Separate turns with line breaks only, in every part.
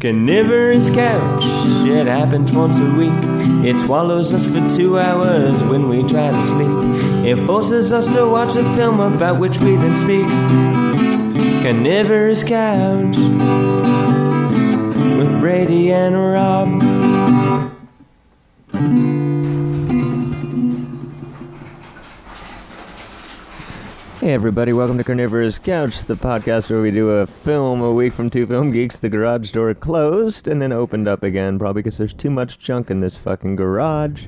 Carnivorous couch, it happens once a week. It swallows us for two hours when we try to sleep. It forces us to watch a film about which we then speak. Carnivorous couch with Brady and Rob. Hey everybody, welcome to Carnivorous Couch, the podcast where we do a film a week from two film geeks. The garage door closed and then opened up again, probably because there's too much junk in this fucking garage,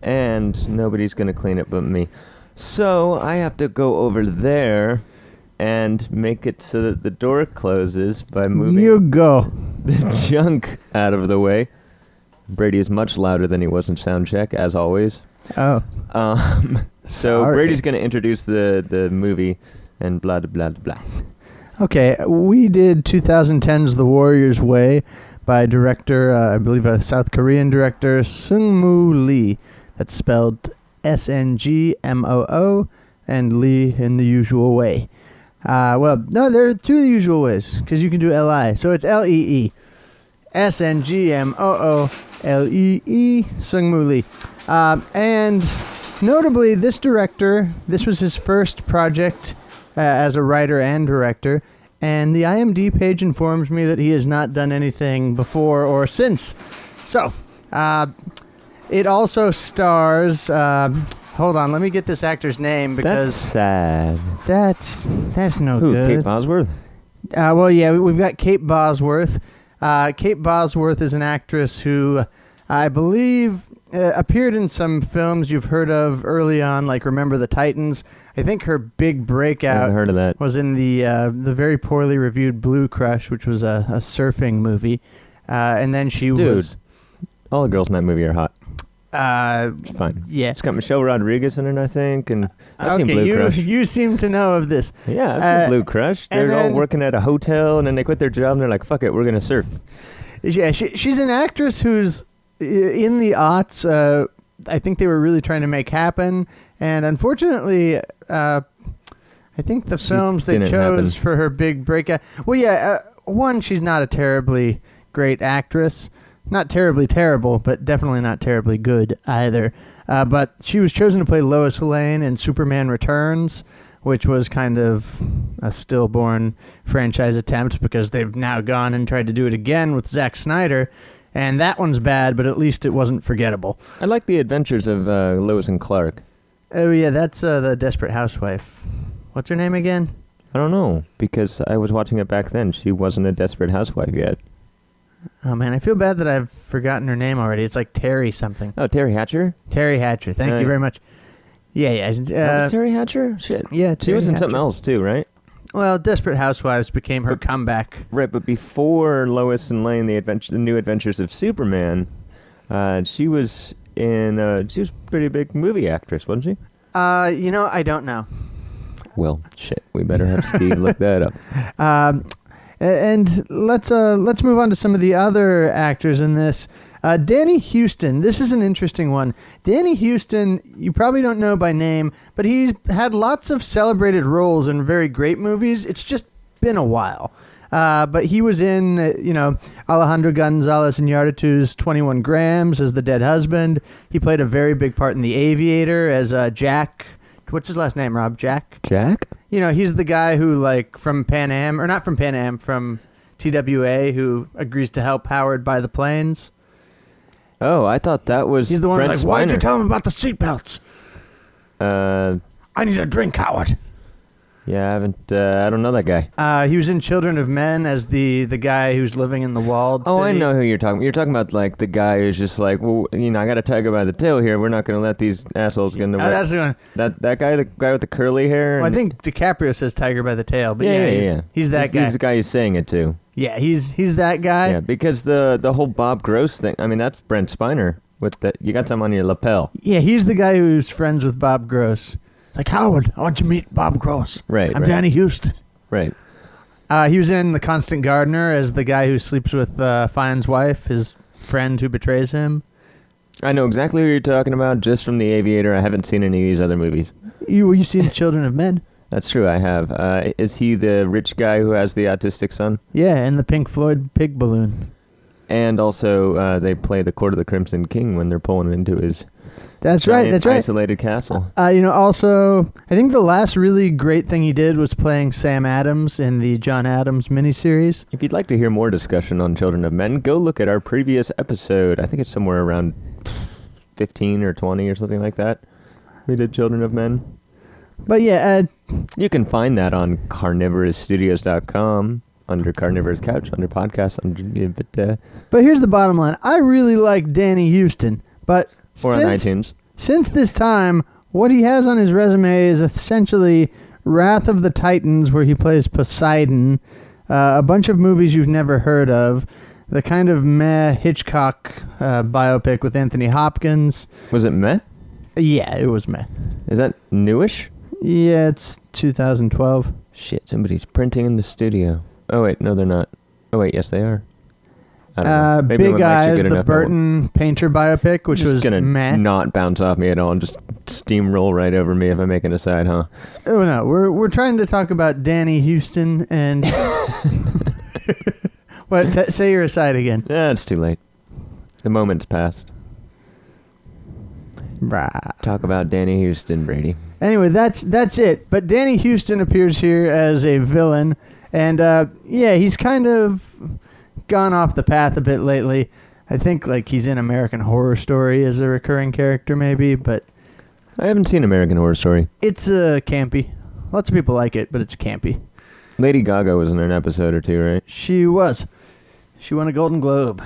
and nobody's gonna clean it but me. So I have to go over there and make it so that the door closes by moving
You go. Uh-huh.
the junk out of the way. Brady is much louder than he was in sound check, as always.
Oh.
Um, so
Sorry.
Brady's going to introduce the, the movie and blah, blah, blah. blah.
Okay, we did 2010's The Warrior's Way by director, uh, I believe a South Korean director, Sungmoo Lee. That's spelled S N G M O O and Lee in the usual way. Uh, well, no, there are two of the usual ways because you can do L I. So it's L E E. S N G M O O L E E Sungmoo Lee. Um, and notably, this director, this was his first project uh, as a writer and director, and the IMDb page informs me that he has not done anything before or since. So, uh, it also stars. Uh, hold on, let me get this actor's name
That's
because
sad.
that's that's, no
Who,
good.
Kate Bosworth?
Uh, well, yeah, we- we've got Kate Bosworth. Uh, Kate Bosworth is an actress who I believe uh, appeared in some films you've heard of early on, like Remember the Titans. I think her big
I haven't
breakout
heard of that.
was in the uh, the very poorly reviewed Blue Crush, which was a, a surfing movie. Uh, and then she
Dude.
was.
All the girls in that movie are hot.
Uh,
It's fine.
yeah.
It's got Michelle Rodriguez in it, I think, and I've seen
okay,
Blue
you,
Crush.
you seem to know of this.
yeah, I've seen
uh,
Blue Crush.
and
They're all
then-
working at a hotel, and then they quit their job, and they're like, fuck it, we're going to surf.
Yeah, she, she's an actress who's i- in the aughts. Uh, I think they were really trying to make happen, and unfortunately, uh, I think the films they
didn't
chose
happen.
for her big breakout. Well, yeah, uh, one, she's not a terribly great actress, not terribly terrible, but definitely not terribly good either. Uh, but she was chosen to play Lois Lane in Superman Returns, which was kind of a stillborn franchise attempt because they've now gone and tried to do it again with Zack Snyder, and that one's bad, but at least it wasn't forgettable.
I like the adventures of uh, Lois and Clark.
Oh yeah, that's uh, the Desperate Housewife. What's her name again?
I don't know, because I was watching it back then. She wasn't a desperate housewife yet.
Oh man, I feel bad that I've forgotten her name already. It's like Terry something.
Oh, Terry Hatcher?
Terry Hatcher. Thank
Right.
you very much. Yeah, yeah.
That
Uh,
was Terry Hatcher? Shit.
yeah,
She
Terry
was in something
Hatcher.
else, too, right?
well, Desperate Housewives became her comeback.
Right, but before Lois and Lane, the, adventure, the new adventures of Superman, uh, she was in. Uh, she was a pretty big movie actress, wasn't she?
Uh, you know, I don't know.
Well, shit. We better have Steve look that up.
Um, a- and let's uh, let's move on to some of the other actors in this. Uh, Danny Houston. This is an interesting one. Danny Houston, you probably don't know by name, but he's had lots of celebrated roles in very great movies. It's just been a while. Uh, but he was in, uh, you know, Alejandro Gonzalez Iñárritu's 21 Grams as the dead husband. He played a very big part in The Aviator as uh, Jack. What's his last name, Rob? Jack?
Jack?
you know, he's the guy who like from Pan Am or not from Pan Am from TWA who agrees to help Howard buy the planes.
Oh, I thought that was.
He's the one
Brent
who's like, "Why'd you
Spiner."
tell him about the seatbelts?
Uh,
I need a drink, Howard."
yeah, I haven't. Uh, I don't know that guy.
Uh, he was in Children of Men as the the guy who's living in the walled.
Oh, I
city.
know who you're talking. You're talking about like the guy who's just like, well, you know, I got a tiger by the tail here. We're not going to let these assholes get in the
Uh,
way.
that's the one.
that that guy, the guy with the curly hair.
Well, I
and-
think DiCaprio says "Tiger by the tail," but
Yeah,
yeah,
yeah,
he's,
yeah.
he's that
he's,
guy.
He's the guy who's saying it too.
yeah, he's he's that guy.
yeah, because the the whole Bob Gross thing. I mean, that's Brent Spiner with that. You got some on your lapel,
Yeah, he's the guy who's friends with Bob Gross. Like Howard, I want you to meet Bob Gross.
Right,
I'm
right.
Danny Houston.
right?
Uh, he was in The Constant Gardener as the guy who sleeps with uh, Fine's wife, his friend who betrays him.
I know exactly who you're talking about just from The Aviator. I haven't seen any of these other movies.
You you seen Children of Men?
That's true. I have. Uh, is he the rich guy who has the autistic son?
Yeah, and the Pink Floyd pig balloon.
And also, uh, they play the court of the Crimson King when they're pulling into his
That's right.
giant
That's right.
isolated castle.
Uh, you know, also, I think the last really great thing he did was playing Sam Adams in the John Adams miniseries.
If you'd like to hear more discussion on Children of Men, go look at our previous episode. I think it's somewhere around 15 or 20 or something like that. We did Children of Men.
But yeah, uh,
You can find that on carnivorousstudios.com under Carnivorous Couch, under podcasts, under but, uh,
but here's the bottom line: I really like Danny Houston, but
or on
since,
iTunes.
Since this time, what he has on his resume is essentially Wrath of the Titans, where he plays Poseidon, uh, a bunch of movies you've never heard of, the kind of meh Hitchcock uh, biopic with Anthony Hopkins.
Was it meh?
Yeah, it was meh.
Is that newish?
Yeah, it's 2012.
Shit, somebody's printing in the studio. Oh wait, no, they're not. Oh wait, yes, they are. I don't
Uh,
know. Maybe
Big
when I'm actually
Eyes,
good enough,
the
I won't-
Burton painter biopic, which
Just
was
gonna
meh.
not bounce off me at all and just steamroll right over me if I make an aside, huh?
Oh no, we're we're trying to talk about Danny Houston and. what? T- say your aside again.
Yeah, it's too late. The moment's passed.
Right.
Talk about Danny Houston, Brady.
Anyway, that's that's it. But Danny Houston appears here as a villain, and uh, yeah, he's kind of gone off the path a bit lately. I think like he's in American Horror Story as a recurring character, maybe, but
I haven't seen American Horror Story.
it's uh, campy. Lots of people like it, but it's campy.
Lady Gaga was in an episode or two, right?
She was. She won a Golden Globe.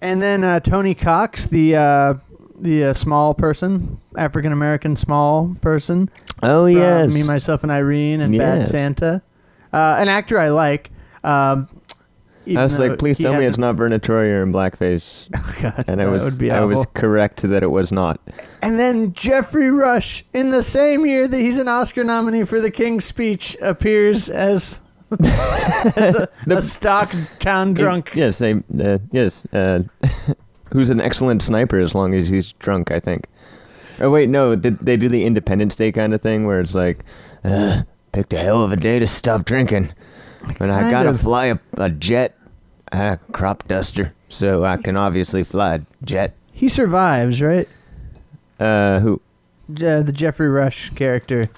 And then uh, Tony Cox, the uh, the uh, small person, African American small person,
Oh
from
yes.
Me, Myself, and Irene and Bad
Yes.
Santa. Uh, an actor I like. Um, even
I was
though
like, please
uh, he
tell me it's
hasn't-
not Verna Troyer in blackface,
Oh, God,
and I
that
was
would be
I was
awful.
correct that it was not.
And then Jeffrey Rush, in the same year that he's an Oscar nominee for The King's Speech, appears as, as a, a stock town drunk.
Yes, they. Uh, yes, uh, who's an excellent sniper as long as he's drunk. I think. Oh wait, no. Did they do the Independence Day kind of thing where it's like, uh, picked a hell of a day to stop drinking, and I
Kind
gotta
of.
fly a, a jet, a crop duster, so I can obviously fly a jet.
He survives, right?
Uh, who?
Je- the Jeffrey Rush character.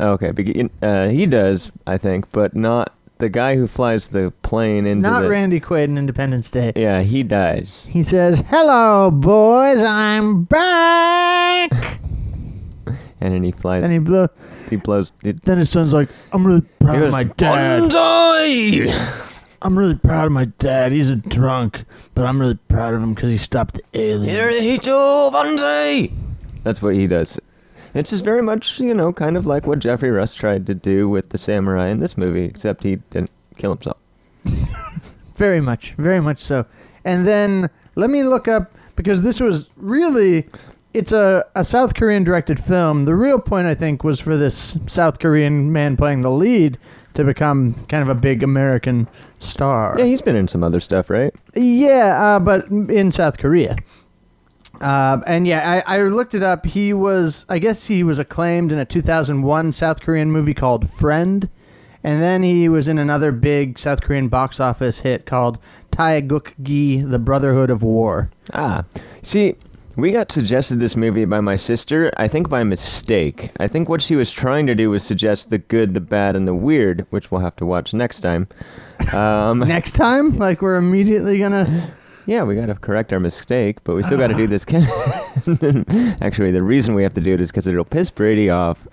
Okay, begin, uh, he does, I think, but not the guy who flies the plane into
Not
the.
Randy Quaid in Independence Day.
yeah, he dies.
He says, Hello, boys, I'm back.
And then he flies.
and he blew.
he, blows. He,
Then his son's like, I'm really
he
proud of
goes,
Uh, my dad.
"Banzai!"
I'm really proud of my dad. He's a drunk, but I'm really proud of him because he stopped the aliens.
oh, That's what he does. It's just very much, you know, kind of like what Jeffrey Rush tried to do with the samurai in this movie, except he didn't kill himself.
Very much, very much so. And then let me look up because this was really. It's a, a South Korean directed film. The real point, I think, was for this South Korean man playing the lead to become kind of a big American star.
Yeah, he's been in some other stuff, right?
Yeah, uh, but in South Korea. Uh, and yeah, I, I looked it up. He was, I guess, he was acclaimed in a 2001 South Korean movie called Friend, and then he was in another big South Korean box office hit called Taeguk Gi: The Brotherhood of War.
Ah. See, we got suggested this movie by my sister, I think by mistake. I think what she was trying to do was suggest the good, the bad, and the weird, which we'll have to watch next time. Um,
Next time, like we're immediately gonna.
Yeah, we got to correct our mistake, but we still got to do this. Actually, the reason we have to do it is because it'll piss Brady off.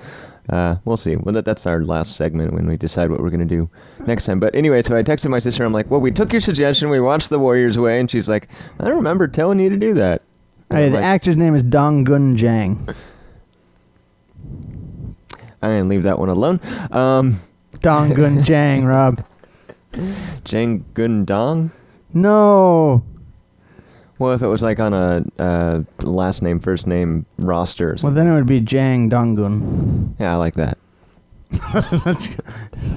Uh, we'll see. Well, that, that's our last segment when we decide what we're going to do next time. But anyway, so I texted my sister. I'm like, well, we took your suggestion. We watched The Warriors Way. And she's like, I don't remember telling you to do that. And
Hey,
I'm
the
like,
actor's name is Dong Gun Jang.
I'm going to leave that one alone. Um,
Dong Gun Jang, Rob.
Jang Gun Dong?
No,
Well, if it was like on a uh, last name, first name roster. Or
well
something.
then it would be Jang Donggun.
yeah, I like that.
That's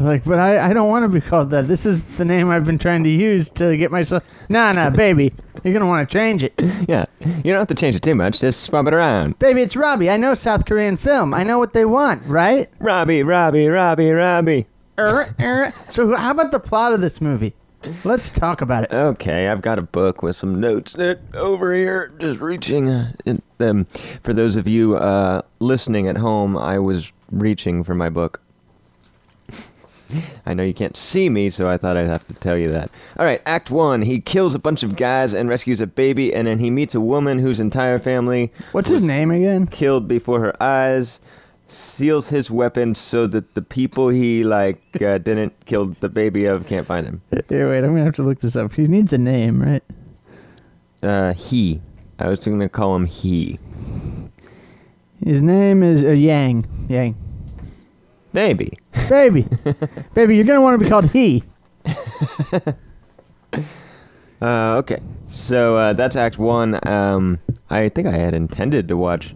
like, but I, I don't want to be called that. This is the name I've been trying to use to get myself. Nah, nah, baby. You're gonna want to change it,
Yeah, you don't have to change it too much. Just swap it around.
baby. It's Robbie. I know South Korean film. I know what they want, right?
Robbie, Robbie, Robbie, Robbie.
Er, er. So who- how about the plot of this movie? Let's talk about it.
Okay, I've got a book with some notes in it over here, just reaching uh, in them. For those of you uh, listening at home, I was reaching for my book. I know you can't see me, so I thought I'd have to tell you that. All right, Act One. He kills a bunch of guys and rescues a baby, and then he meets a woman whose entire family
What's his name again?
killed before her eyes. Seals his weapon so that the people he like uh, didn't kill the baby of can't find him.
Here, wait. I'm gonna have to look this up. He needs a name, right?
Uh, he. I was going to call him he.
His name is uh, Yang. Yang.
Maybe.
Baby, baby, you're gonna want to be called he.
Uh, okay. So uh, that's Act One. Um, I think I had intended to watch,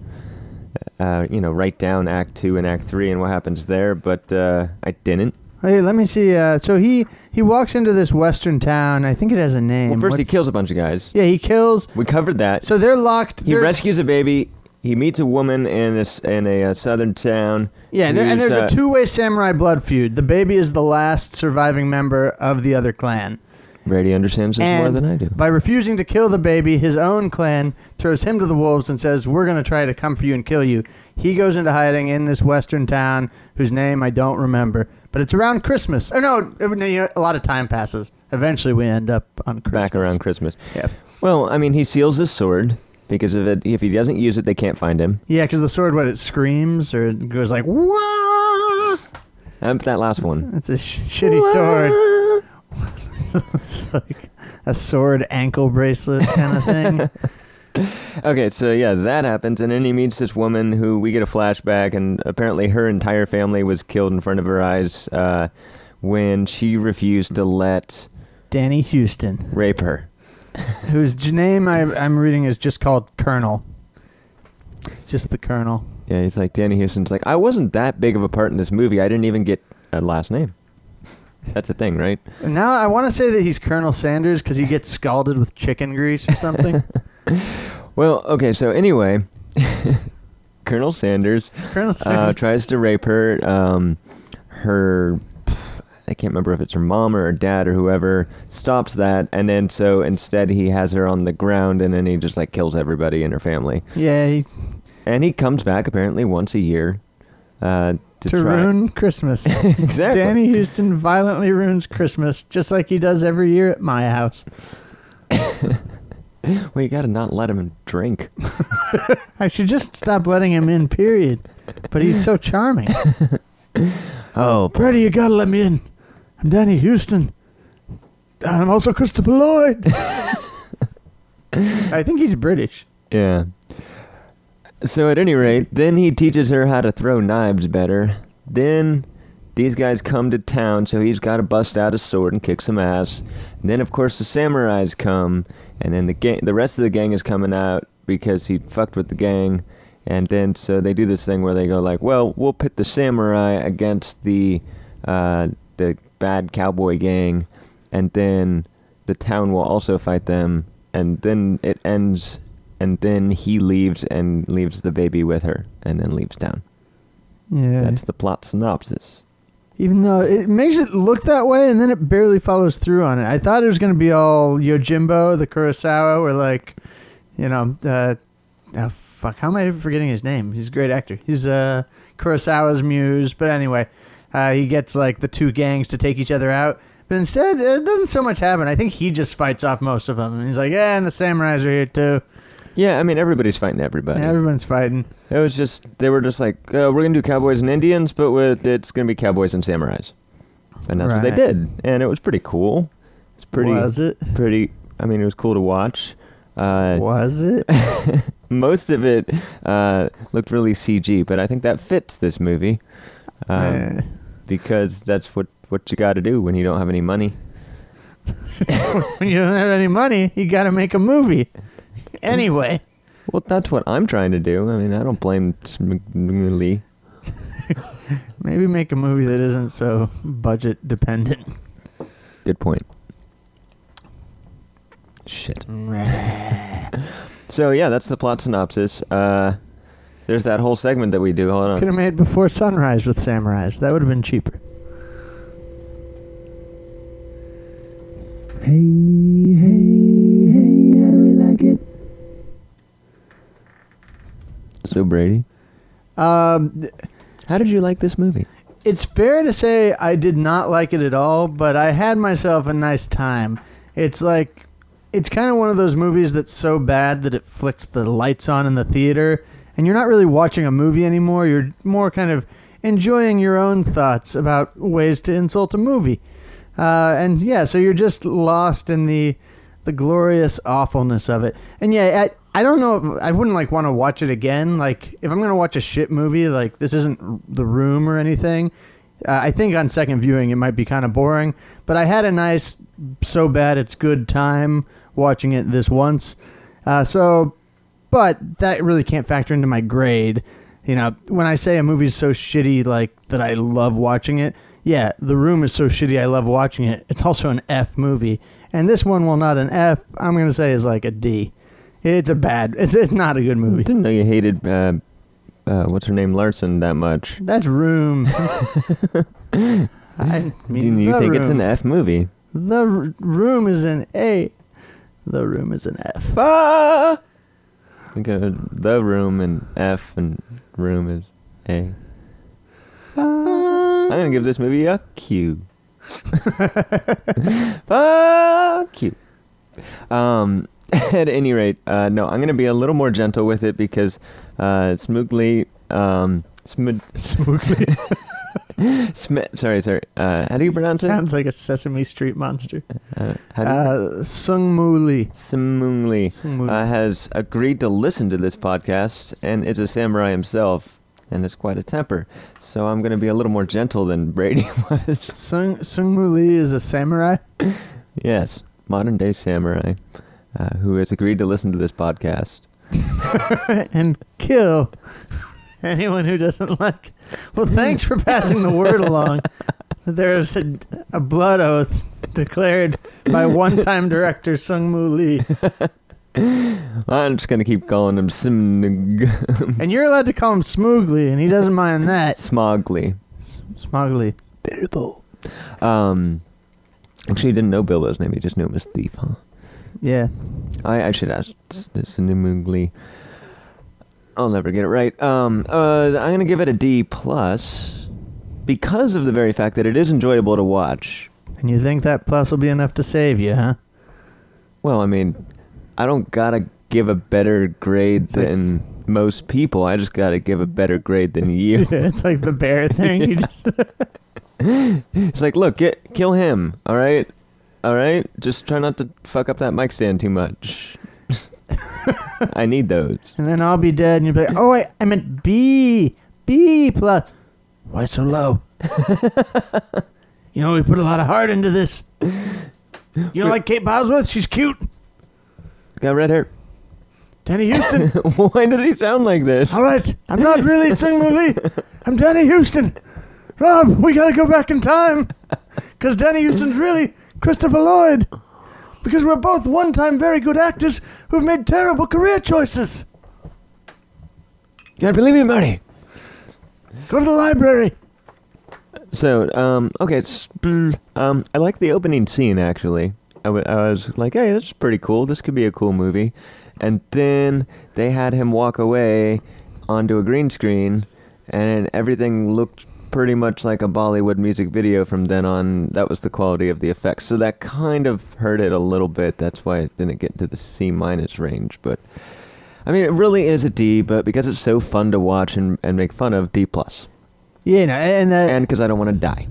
uh, you know, write down Act Two and Act Three and what happens there, but uh, I didn't.
Hey, let me see. Uh, so he he walks into this western town. I think it has a name.
Well, first he
What's-
kills a bunch of guys.
yeah, he kills.
We covered that.
So they're locked.
he
there's-
rescues a baby. He meets a woman in a s- in a uh, southern town.
Yeah, there, and
who's,
there's a
uh,
two-way samurai blood feud. The baby is the last surviving member of the other clan.
Brady understands this
and
more than I do.
By refusing to kill the baby, his own clan throws him to the wolves and says, "We're going to try to come for you and kill you." He goes into hiding in this western town whose name I don't remember, but it's around Christmas. Or no, I mean, you know, a lot of time passes. Eventually, we end up on Christmas.
Back around Christmas.
Yeah,
Well, I mean, he seals his sword because if it, if he doesn't use it, they can't find him.
yeah, because the sword, what it screams or it goes like, "Wah!"
Um, that last one.
That's a sh- shitty sword. it's like a sword ankle bracelet kind of thing.
Okay, so yeah, that happens, and then he meets this woman who we get a flashback, and apparently her entire family was killed in front of her eyes uh, when she refused to let
Danny Houston,
rape her.
whose j- name I, I'm reading is just called Colonel. Just the Colonel.
Yeah, he's like Danny Houston's like, I wasn't that big of a part in this movie. I didn't even get a last name. That's the thing, right?
And now I want to say that he's Colonel Sanders because he gets scalded with chicken grease or something.
Well, okay, so anyway, Colonel Sanders
Colonel Sanders.
uh, tries to rape her. Um, her, I can't remember if it's her mom or her dad or whoever stops that, and then so instead he has her on the ground, and then he just like kills everybody in her family.
yeah, he,
And he comes back apparently once a year uh, to,
to,
try.
ruin Christmas.
Exactly.
Danny Houston violently ruins Christmas just like he does every year at my house.
Well, you gotta not let him drink.
I should just stop letting him in, period. But he's so charming.
Oh,
Brady, you gotta let me in. I'm Danny Houston. And I'm also Christopher Lloyd. I think he's British.
yeah. So at any rate, then he teaches her how to throw knives better. Then these guys come to town, so he's got to bust out his sword and kick some ass. And then of course the samurais come, and then the gang, the rest of the gang is coming out because he fucked with the gang. And then so they do this thing where they go like, "Well, we'll pit the samurai against the uh, the bad cowboy gang, and then the town will also fight them." And then it ends, and then he leaves and leaves the baby with her, and then leaves town.
Yeah.
That's the plot synopsis.
Even though it makes it look that way, and then it barely follows through on it. I thought it was going to be all Yojimbo, the Kurosawa, or like, you know, uh, oh, fuck, how am I forgetting his name? He's a great actor. He's uh, Kurosawa's muse. But anyway, uh, he gets like the two gangs to take each other out. But instead, it doesn't so much happen. I think he just fights off most of them. And he's like, yeah, and the samurais are here too.
Yeah, I mean everybody's fighting everybody.
And everyone's fighting.
It was just they were just like uh, we're gonna do cowboys and Indians, but with it's gonna be cowboys and samurais, and that's what they
Right.
did, and it was pretty cool. It's pretty
Was it?
pretty. I mean, it was cool to watch. Uh,
Was it?
most of it uh, looked really CG, but I think that fits this movie um,
Uh,
because that's what what you got to do when you don't have any money.
when you don't have any money, you got to make a movie. Anyway,
Well, that's what I'm trying to do. I mean, I don't blame Sm- Lee.
maybe make a movie that isn't so budget dependent.
Good point. Shit. So yeah, that's the plot synopsis. Uh, there's that whole segment that we do. Hold on.
Could have made before sunrise with samurais. That would have been cheaper.
Hey, hey, hey, how do we like it?
So Brady,
Um, th-
how did you like this movie?
it's fair to say I did not like it at all, but I had myself a nice time. It's like, it's kind of one of those movies that's so bad that it flicks the lights on in the theater, and you're not really watching a movie anymore. You're more kind of enjoying your own thoughts about ways to insult a movie. Uh, and yeah, so you're just lost in the the glorious awfulness of it. And yeah, I, I don't know. If, I wouldn't like want to watch it again. Like if I'm gonna watch a shit movie, like this isn't The Room or anything. Uh, I think on second viewing it might be kind of boring. But I had a nice, so bad it's good time watching it this once. Uh, so, but that really can't factor into my grade. You know, when I say a movie's so shitty, like that I love watching it. Yeah, The Room is so shitty. I love watching it. It's also an F movie, and this one, while not an F, I'm gonna say is like a D. It's a bad. It's it's not a good
I
movie.
didn't know you hated uh, uh, what's her name Larson that much.
That's Room. I mean,
Do you
The
think it's an
Room.
F movie?
The R- Room is an A. The Room is an F.
Ah! Think of the room and F and room is A. I'm gonna give this movie a Q. Fuck you. Um, at any rate, uh, no, I'm gonna be a little more gentle with it because uh, Smoogly, um, Sm-
Smoothly.
Sm- sorry, sorry. Uh, how do you pronounce it?
Sounds like a Sesame Street monster.
Uh, how do you-
Uh, Sung Moo Lee.
Smoogly.
Sung Moo.
uh, has agreed to listen to this podcast and is a samurai himself and is quite a temper. So I'm going to be a little more gentle than Brady was.
Sung Sung Moo Lee is a samurai.
yes, modern day samurai uh, who has agreed to listen to this podcast.
and kill anyone who doesn't like. Well, thanks for passing the word along. There's a, a blood oath declared by one-time director Sung Moo Lee,
I'm just going to keep calling him Sim-
and you're allowed to call him Smoogly, and he doesn't mind that.
Smogly.
Smoogly.
Bilbo. Um, actually, he didn't know Bilbo's name. He just knew it was Thief, huh?
Yeah.
I, I should ask S- Sinimoogly. I'll never get it right. Um, uh, I'm gonna give it a D plus because of the very fact that it is enjoyable to watch.
And you think that plus will be enough to save you, huh?
Well, I mean, I don't gotta give a better grade than most people. I just gotta give a better grade than you.
it's like the bear thing. You just
it's like, look, get kill him. All right, all right. Just try not to fuck up that mic stand too much. I need those.
and then I'll be dead, and you'll be like, "Oh, wait, I meant B, B plus. Why so low? you know, we put a lot of heart into this. You don't like Kate Bosworth? She's cute.
Got red hair.
Danny Houston.
Why does he sound like this?
All right, I'm not really Sing Lee. I'm Danny Houston. Rob, we gotta go back in time, cause Danny Houston's really Christopher Lloyd. Because we're both one-time very good actors who've made terrible career choices.
Gotta believe me, Marty.
Go to the library.
So, um, okay, it's, um, I like the opening scene actually. I wa- I was like, hey, this is pretty cool. This could be a cool movie. And then they had him walk away onto a green screen, and everything looked pretty much like a Bollywood music video from then on. That was the quality of the effects. So that kind of hurt it a little bit. That's why it didn't get to the C minus range. But I mean, it really is a D. But because it's so fun to watch and, and make fun of, D plus.
Yeah, no, and that,
And because I don't want to die.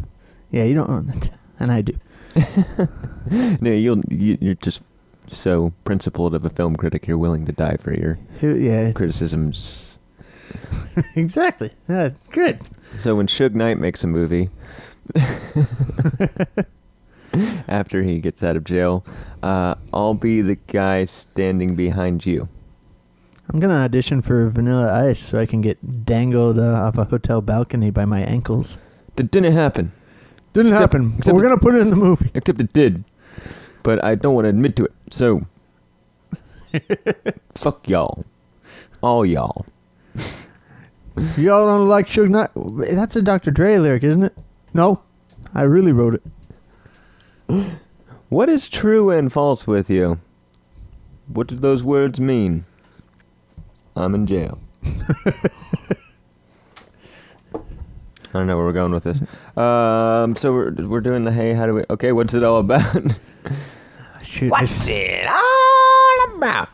Yeah, you don't own it, and I do.
No, you'll you, you're just so principled of a film critic. You're willing to die for your
Who- Yeah,
criticisms.
exactly. Yeah, good.
So when Suge Knight makes a movie, after he gets out of jail, uh, I'll be the guy standing behind you.
I'm gonna audition for Vanilla Ice so I can get dangled uh, off a hotel balcony by my ankles.
That didn't happen,
Didn't
Except-
happen. but
except-
we're gonna put it in the movie.
except it did. But I don't want to admit to it. So Fuck y'all. All y'all.
Y'all don't like Suge Knight. That's a Dr. Dre lyric, isn't it? No, I really wrote it.
What is true and false with you? What do those words mean? I'm in jail. I don't know where we're going with this. Um, so we're we're doing the hey. How do we? Okay, what's it all about?
Shoot, I s-
it all about?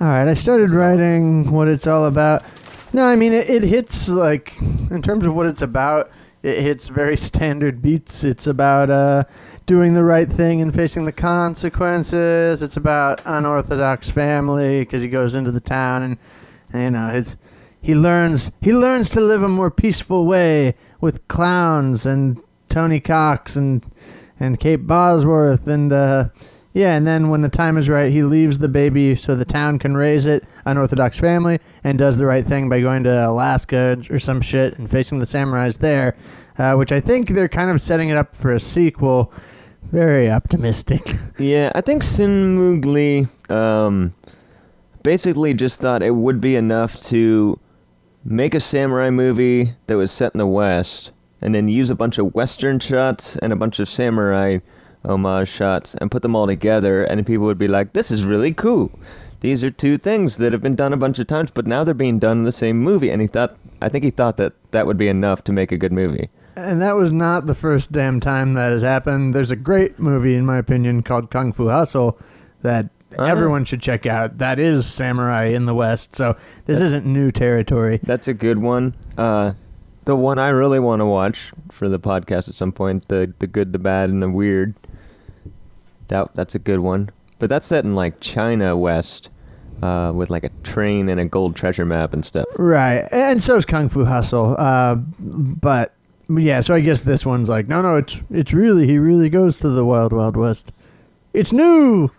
all right, I started writing what it's all about. No, I mean it, it hits like in terms of what it's about. It hits very standard beats. It's about uh, doing the right thing and facing the consequences. It's about unorthodox family because he goes into the town and, and you know his he learns he learns to live a more peaceful way with clowns and Tony Cox and and Kate Bosworth and uh, yeah, and then when the time is right, he leaves the baby so the town can raise it, an Orthodox family, and does the right thing by going to Alaska or some shit and facing the samurais there, uh, which I think they're kind of setting it up for a sequel. Very optimistic.
Yeah, I think Sin Mugli um, basically just thought it would be enough to make a samurai movie that was set in the West and then use a bunch of Western shots and a bunch of samurai homage shots and put them all together, and people would be like, this is really cool. These are two things that have been done a bunch of times, but now they're being done in the same movie. And he thought, I think he thought that that would be enough to make a good movie.
And that was not the first damn time that has happened. There's a great movie, in my opinion, called Kung Fu Hustle that
Ah.
everyone should check out. That is samurai in the West, so this isn't new territory.
That's a good one. Uh, the one I really want to watch for the podcast at some point, the the good, the bad, and the weird. That that's a good one. But that's set in like China West, uh, with like a train and a gold treasure map and stuff.
Right, and so is Kung Fu Hustle. Uh, but yeah, so I guess this one's like, no, no, it's it's really he really goes to the Wild Wild West. It's new.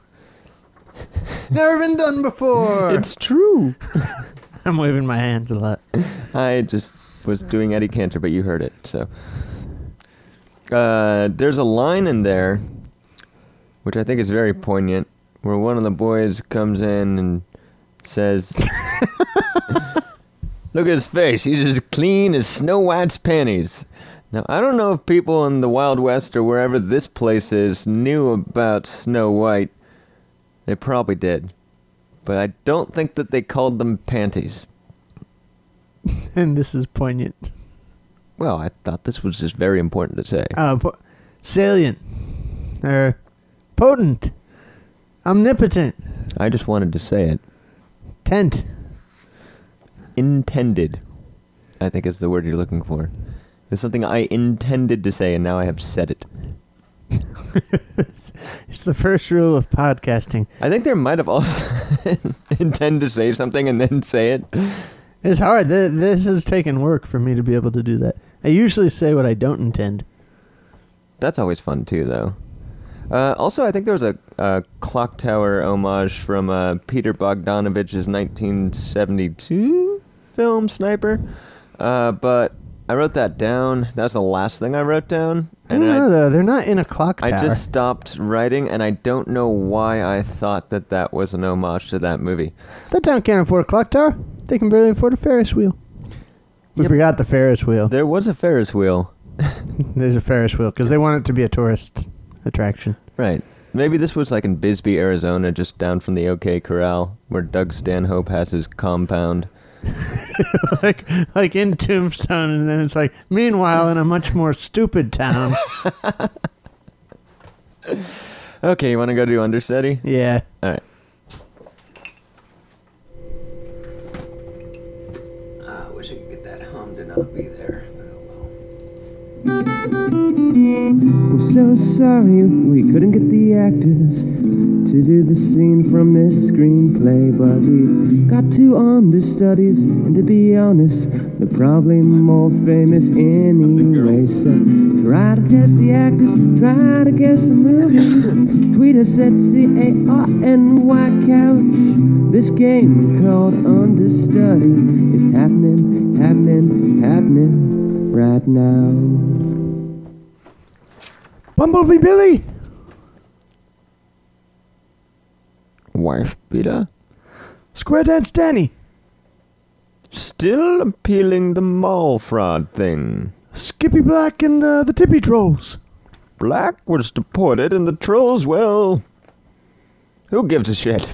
Never been done before.
true.
I'm waving my hands a lot.
I just was doing Eddie Cantor, but you heard it. So uh, there's a line in there, which I think is very poignant, where one of the boys comes in and says, "Look at his face. He's as clean as Snow White's panties." Now I don't know if people in the Wild West or wherever this place is knew about Snow White. They probably did, but I don't think that they called them panties.
And this is poignant.
Well, I thought this was just very important to say.
Uh, po- salient, or potent, omnipotent,
I just wanted to say it.
tent.
Intended, I think is the word you're looking for. It's something I intended to say, and now I have said it.
It's the first rule of podcasting.
I think there might have also intend to say something and then say it.
It's hard. Th- This has taken work for me to be able to do that. I usually say what I don't intend.
That's always fun too, though. Uh, also, I think there was a, a clock tower homage from uh, Peter Bogdanovich's 1972 film Sniper, uh, but I wrote that down. That's the last thing I wrote down,
I don't
I-
know though. They're not in a clock tower.
I just stopped writing, and I don't know why I thought that that was an homage to that movie.
that town can't afford a clock tower. They can barely afford a Ferris wheel. We
Yep.
forgot the Ferris wheel.
There was a Ferris wheel,
There's a Ferris wheel because they want it to be a tourist attraction.
right? Maybe this was like in Bisbee, Arizona, just down from the OK Corral, where Doug Stanhope has his compound.
like like in Tombstone, and then it's like meanwhile in a much more stupid town.
Okay, you want to go do understudy?
yeah.
All right. I wish I could get that hum to not be there.
We're so sorry we couldn't get the actors to do the scene from this screenplay, but we've got two understudies, and to be honest, they're probably more famous anyway. So try to guess the actors, try to guess the movie. Tweet us at C A R N Y Couch. This game called Understudy is happening, happening, happening right now.
Bumblebee Billy.
Wife beater.
Square Dance Danny.
Still appealing the mall fraud thing.
Skippy Black and uh, the Tippy Trolls.
Black was deported and the trolls, well. Who gives a shit?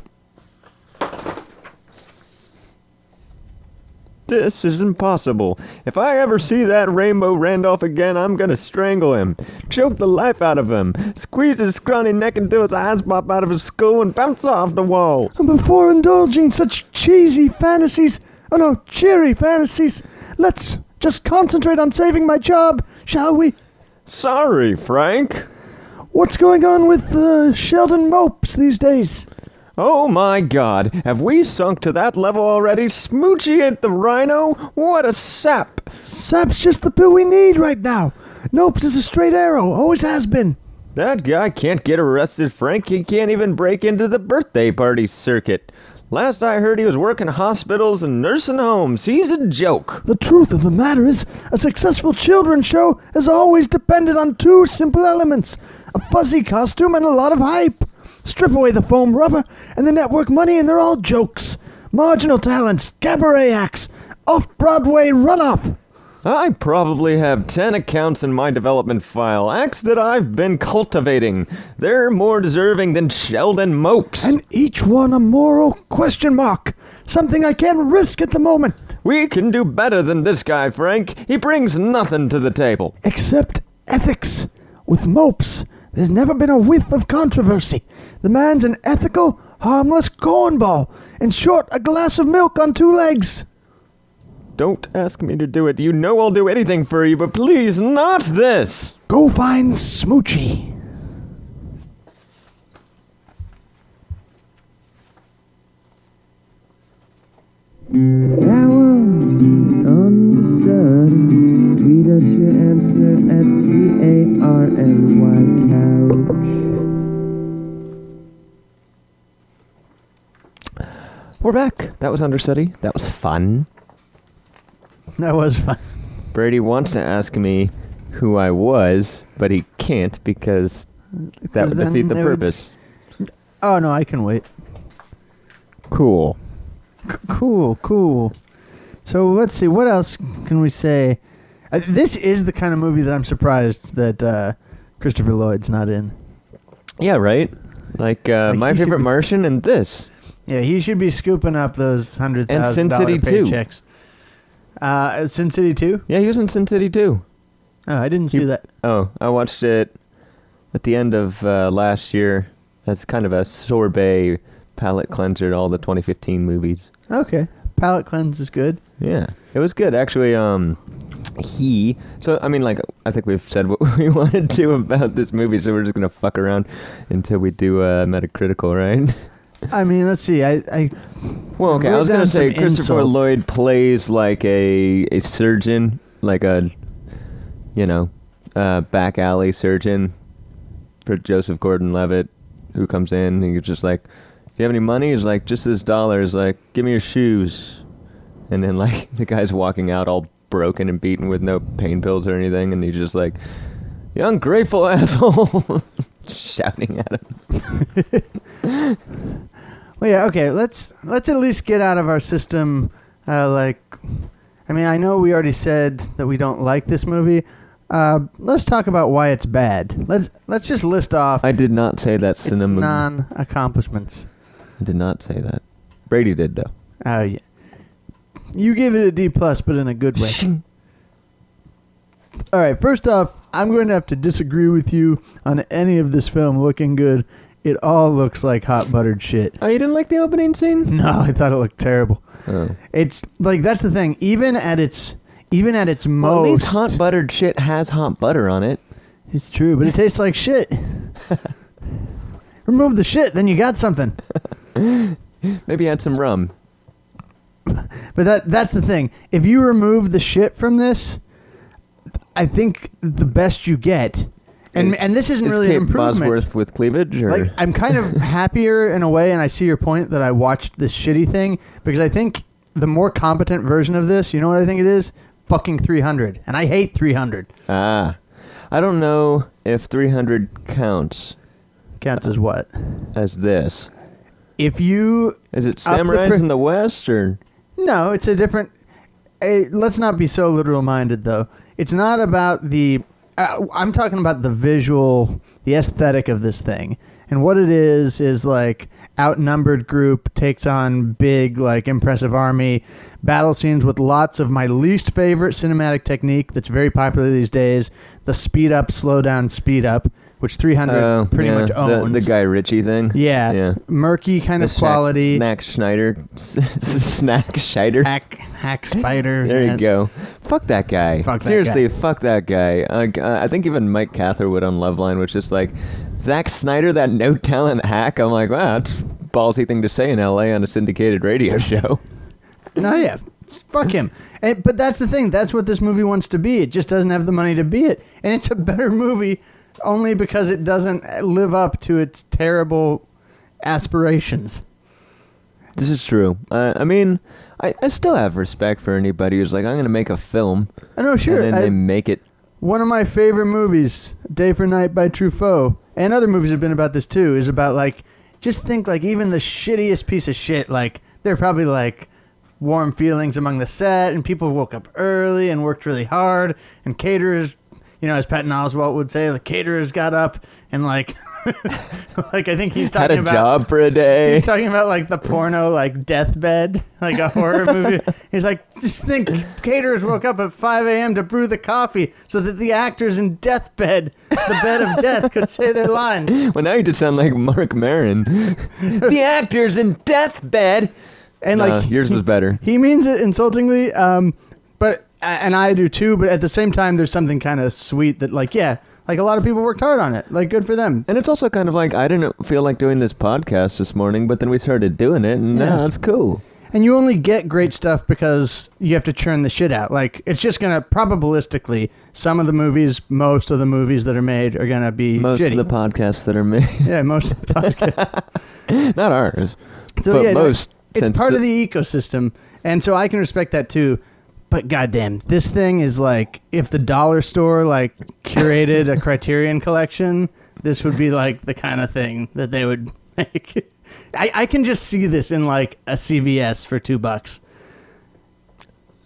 This is impossible. If I ever see that Rainbow Randolph again, I'm gonna strangle him, choke the life out of him, squeeze his scrawny neck until his eyes pop out of his skull and bounce off the wall.
And before indulging such cheesy fantasies, oh no, cheery fantasies, let's just concentrate on saving my job, shall we?
Sorry, Frank.
What's going on with the Sheldon Mopes these days?
Oh my god, have we sunk to that level already? Smoochie at the rhino? What a sap!
Sap's just the pill we need right now. Nopes is a straight arrow, always has been.
That guy can't get arrested, Frank. He can't even break into the birthday party circuit. Last I heard, he was working hospitals and nursing homes. He's a joke.
The truth of the matter is, a successful children's show has always depended on two simple elements a fuzzy costume and a lot of hype. Strip away the foam rubber and the network money, and they're all jokes. Marginal talents, cabaret acts, off Broadway runoff.
I probably have 10 accounts in my development file, acts that I've been cultivating. They're more deserving than Sheldon Mopes.
And each one a moral question mark. Something I can't risk at the moment.
we can do better than this guy, Frank. He brings nothing to the table.
except ethics. With mopes, there's never been a whiff of controversy. The man's an ethical, harmless cornball. In short, a glass of milk on two legs.
Don't ask me to do it. You know I'll do anything for you, but please, not this!
Go find Smoochie.
Hours undisturbed. Tweet us your answer at C A R N Y couch.
We're back. That was Understudy. That was fun.
That was fun.
Brady wants to ask me who I was, but he can't because that
Because
would
then
defeat the
they would-
purpose.
Oh no, I can wait.
Cool.
C- cool, cool. So let's see, what else can we say? Uh, this is the kind of movie that I'm surprised that uh, Christopher Lloyd's not in.
Yeah, right? Like uh,
Like,
My
you should
Favorite
be-
Martian and this.
Yeah, he should be scooping up those hundred
And Sin
thousand dollar
City 2.
paychecks. Uh, Sin City Two.
Yeah, he was in Sin City too.
Oh, I didn't see
You-
that.
Oh, I watched it at the end of uh, last year as kind of a sorbet palate cleanser to all the 2015 movies.
Okay, palate cleanse is good.
Yeah, it was good actually. Um, he so I mean like I think we've said what we wanted to about this movie, so we're just gonna fuck around until we do uh, Metacritical, right?
I mean, let's see. I, I
Well, okay, I
Wrote
was gonna
down
say
some
Christopher
insults.
Lloyd plays like a a surgeon, like a you know uh, back alley surgeon for Joseph Gordon-Levitt, who comes in and he's just like, "Do you have any money?" He's like, "Just this dollar." He's like, "Give me your shoes," and then like the guy's walking out all broken and beaten with no pain pills or anything, and he's just like, "You ungrateful asshole!" shouting at him.
well, yeah. Okay, let's let's at least get out of our system. Uh, like, I mean, I know we already said that we don't like this movie. Uh, let's talk about why it's bad. Let's let's just list off
I did not say that
its
cinema.
non-accomplishments.
I did not say that. Brady did though.
Oh yeah. You gave it a D plus, but in a good way. All right. First off, I'm going to have to disagree with you on any of this film looking good. It all looks like hot buttered shit.
Oh, you didn't like the opening scene?
No, I thought it looked terrible.
Oh.
It's like that's the thing. Even at its even at its most,
Well, at least hot buttered shit has hot butter on it.
it's true, but it tastes like shit. Remove the shit, then you got something.
Maybe add some rum.
But that that's the thing. If you remove the shit from this, I think the best you get, and
Is-
and this isn't
Is
really
Kate
an improvement.
Bosworth with cleavage? Or?
Like I'm kind of happier in a way, and I see your point that I watched this shitty thing because I think the more competent version of this, you know what I think it is, fucking 300, and I hate 300.
ah. I don't know if 300 counts
Counts as what?
as this.
if you
Is it
Up the
samurais
pre-
in the West or
No, it's a different. eh, let's not be so literal minded, though. It's not about the. Uh, I'm talking about the visual, the aesthetic of this thing. And what it is, is like outnumbered group takes on big, like impressive army, battle scenes with lots of my least favorite cinematic technique that's very popular these days the speed up, slow down, speed up, which 300
Oh,
pretty
yeah,
much
the,
owns.
the Guy Ritchie thing?
yeah,
yeah.
murky kind
The
of
Shaq-
quality.
Snack Schneider. snack Schneider.
Hack, hack spider.
There
yeah.
you go. Fuck that guy.
Fuck that
Seriously, fuck that guy. Uh, g- uh, I think even Mike Catherwood on Loveline was just like, Zack Snyder, that no talent hack. I'm like, wow, that's a ballsy thing to say in LA on a syndicated radio show.
No, yeah, fuck him. And, but that's the thing. That's what this movie wants to be. It just doesn't have the money to be it, and it's a better movie only because it doesn't live up to its terrible aspirations.
This is true. Uh, I mean, I, I still have respect for anybody who's like, I'm going to make a film.
I know, sure.
And then
I-
they make it.
one of my favorite movies, Day for Night by Truffaut, and other movies have been about this too. Is about like, just think like even the shittiest piece of shit. Like there are probably like warm feelings among the set, and people woke up early and worked really hard, and caterers, you know, as Patton Oswalt would say, the caterers got up and like, like I think he's
Had
talking
a
about
job for a day.
He's talking about like the porno, like deathbed, like a horror movie. He's like, just think, caterers woke up at 5 a.m. to brew the coffee so that the actors in deathbed, the bed of death, could say their lines.
Well, now you just sound like Mark Maron. the actor's in deathbed.
And
No,
like,
yours was better.
he means it insultingly, um, but and I do too. But at the same time, there's something kind of sweet that, like, yeah, like a lot of people worked hard on it. Like, good for them.
And it's also kind of like I didn't feel like doing this podcast this morning, but then we started doing it, and
Yeah.
now it's cool.
And you only get great stuff because you have to churn the shit out. Like it's just gonna probabilistically some of the movies, most of the movies that are made are gonna be
Most
shitty.
of the podcasts that are made,
yeah, most of the podcast.
not ours,
So
but
yeah, no,
most.
it's
since
part of the ecosystem, and so I can respect that too. But goddamn, this thing is like if the dollar store like curated a Criterion collection, this would be like the kind of thing that they would make. I, I can just see this in like a CVS for two bucks.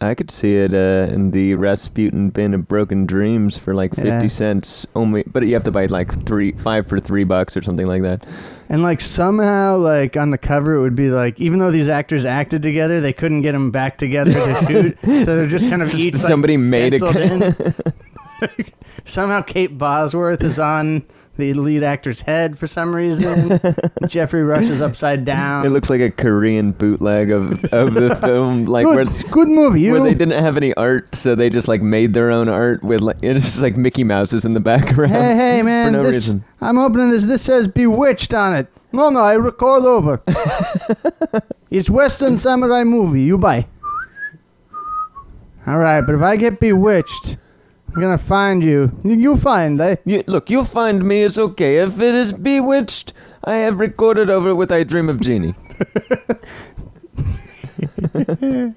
I could see it uh, in the Rasputin bin of broken dreams for like fifty
Yeah.
cents only, but you have to buy like three, five for three bucks or something like that.
And like somehow, like on the cover, it would be like even though these actors acted together, they couldn't get them back together to shoot. so they're just kind of
Just
each like,
somebody made a-
stenciled in. somehow, Kate Bosworth is on the lead actor's head for some reason. Jeffrey Rush is upside down.
It looks like a Korean bootleg of of the film, like where
good, good movie. You
where they didn't have any art, so they just like made their own art with like it's just like Mickey Mouse is in the background.
hey hey man,
for no
this,
reason.
I'm opening this. This says Bewitched on it. No no, I record over. it's Western samurai movie. You buy. All right, but if I get bewitched, I'm gonna find you. You- You find eh? I.
You, look, you'll find me. It's okay if it is bewitched. I have recorded over with "I Dream of Jeannie." Uh.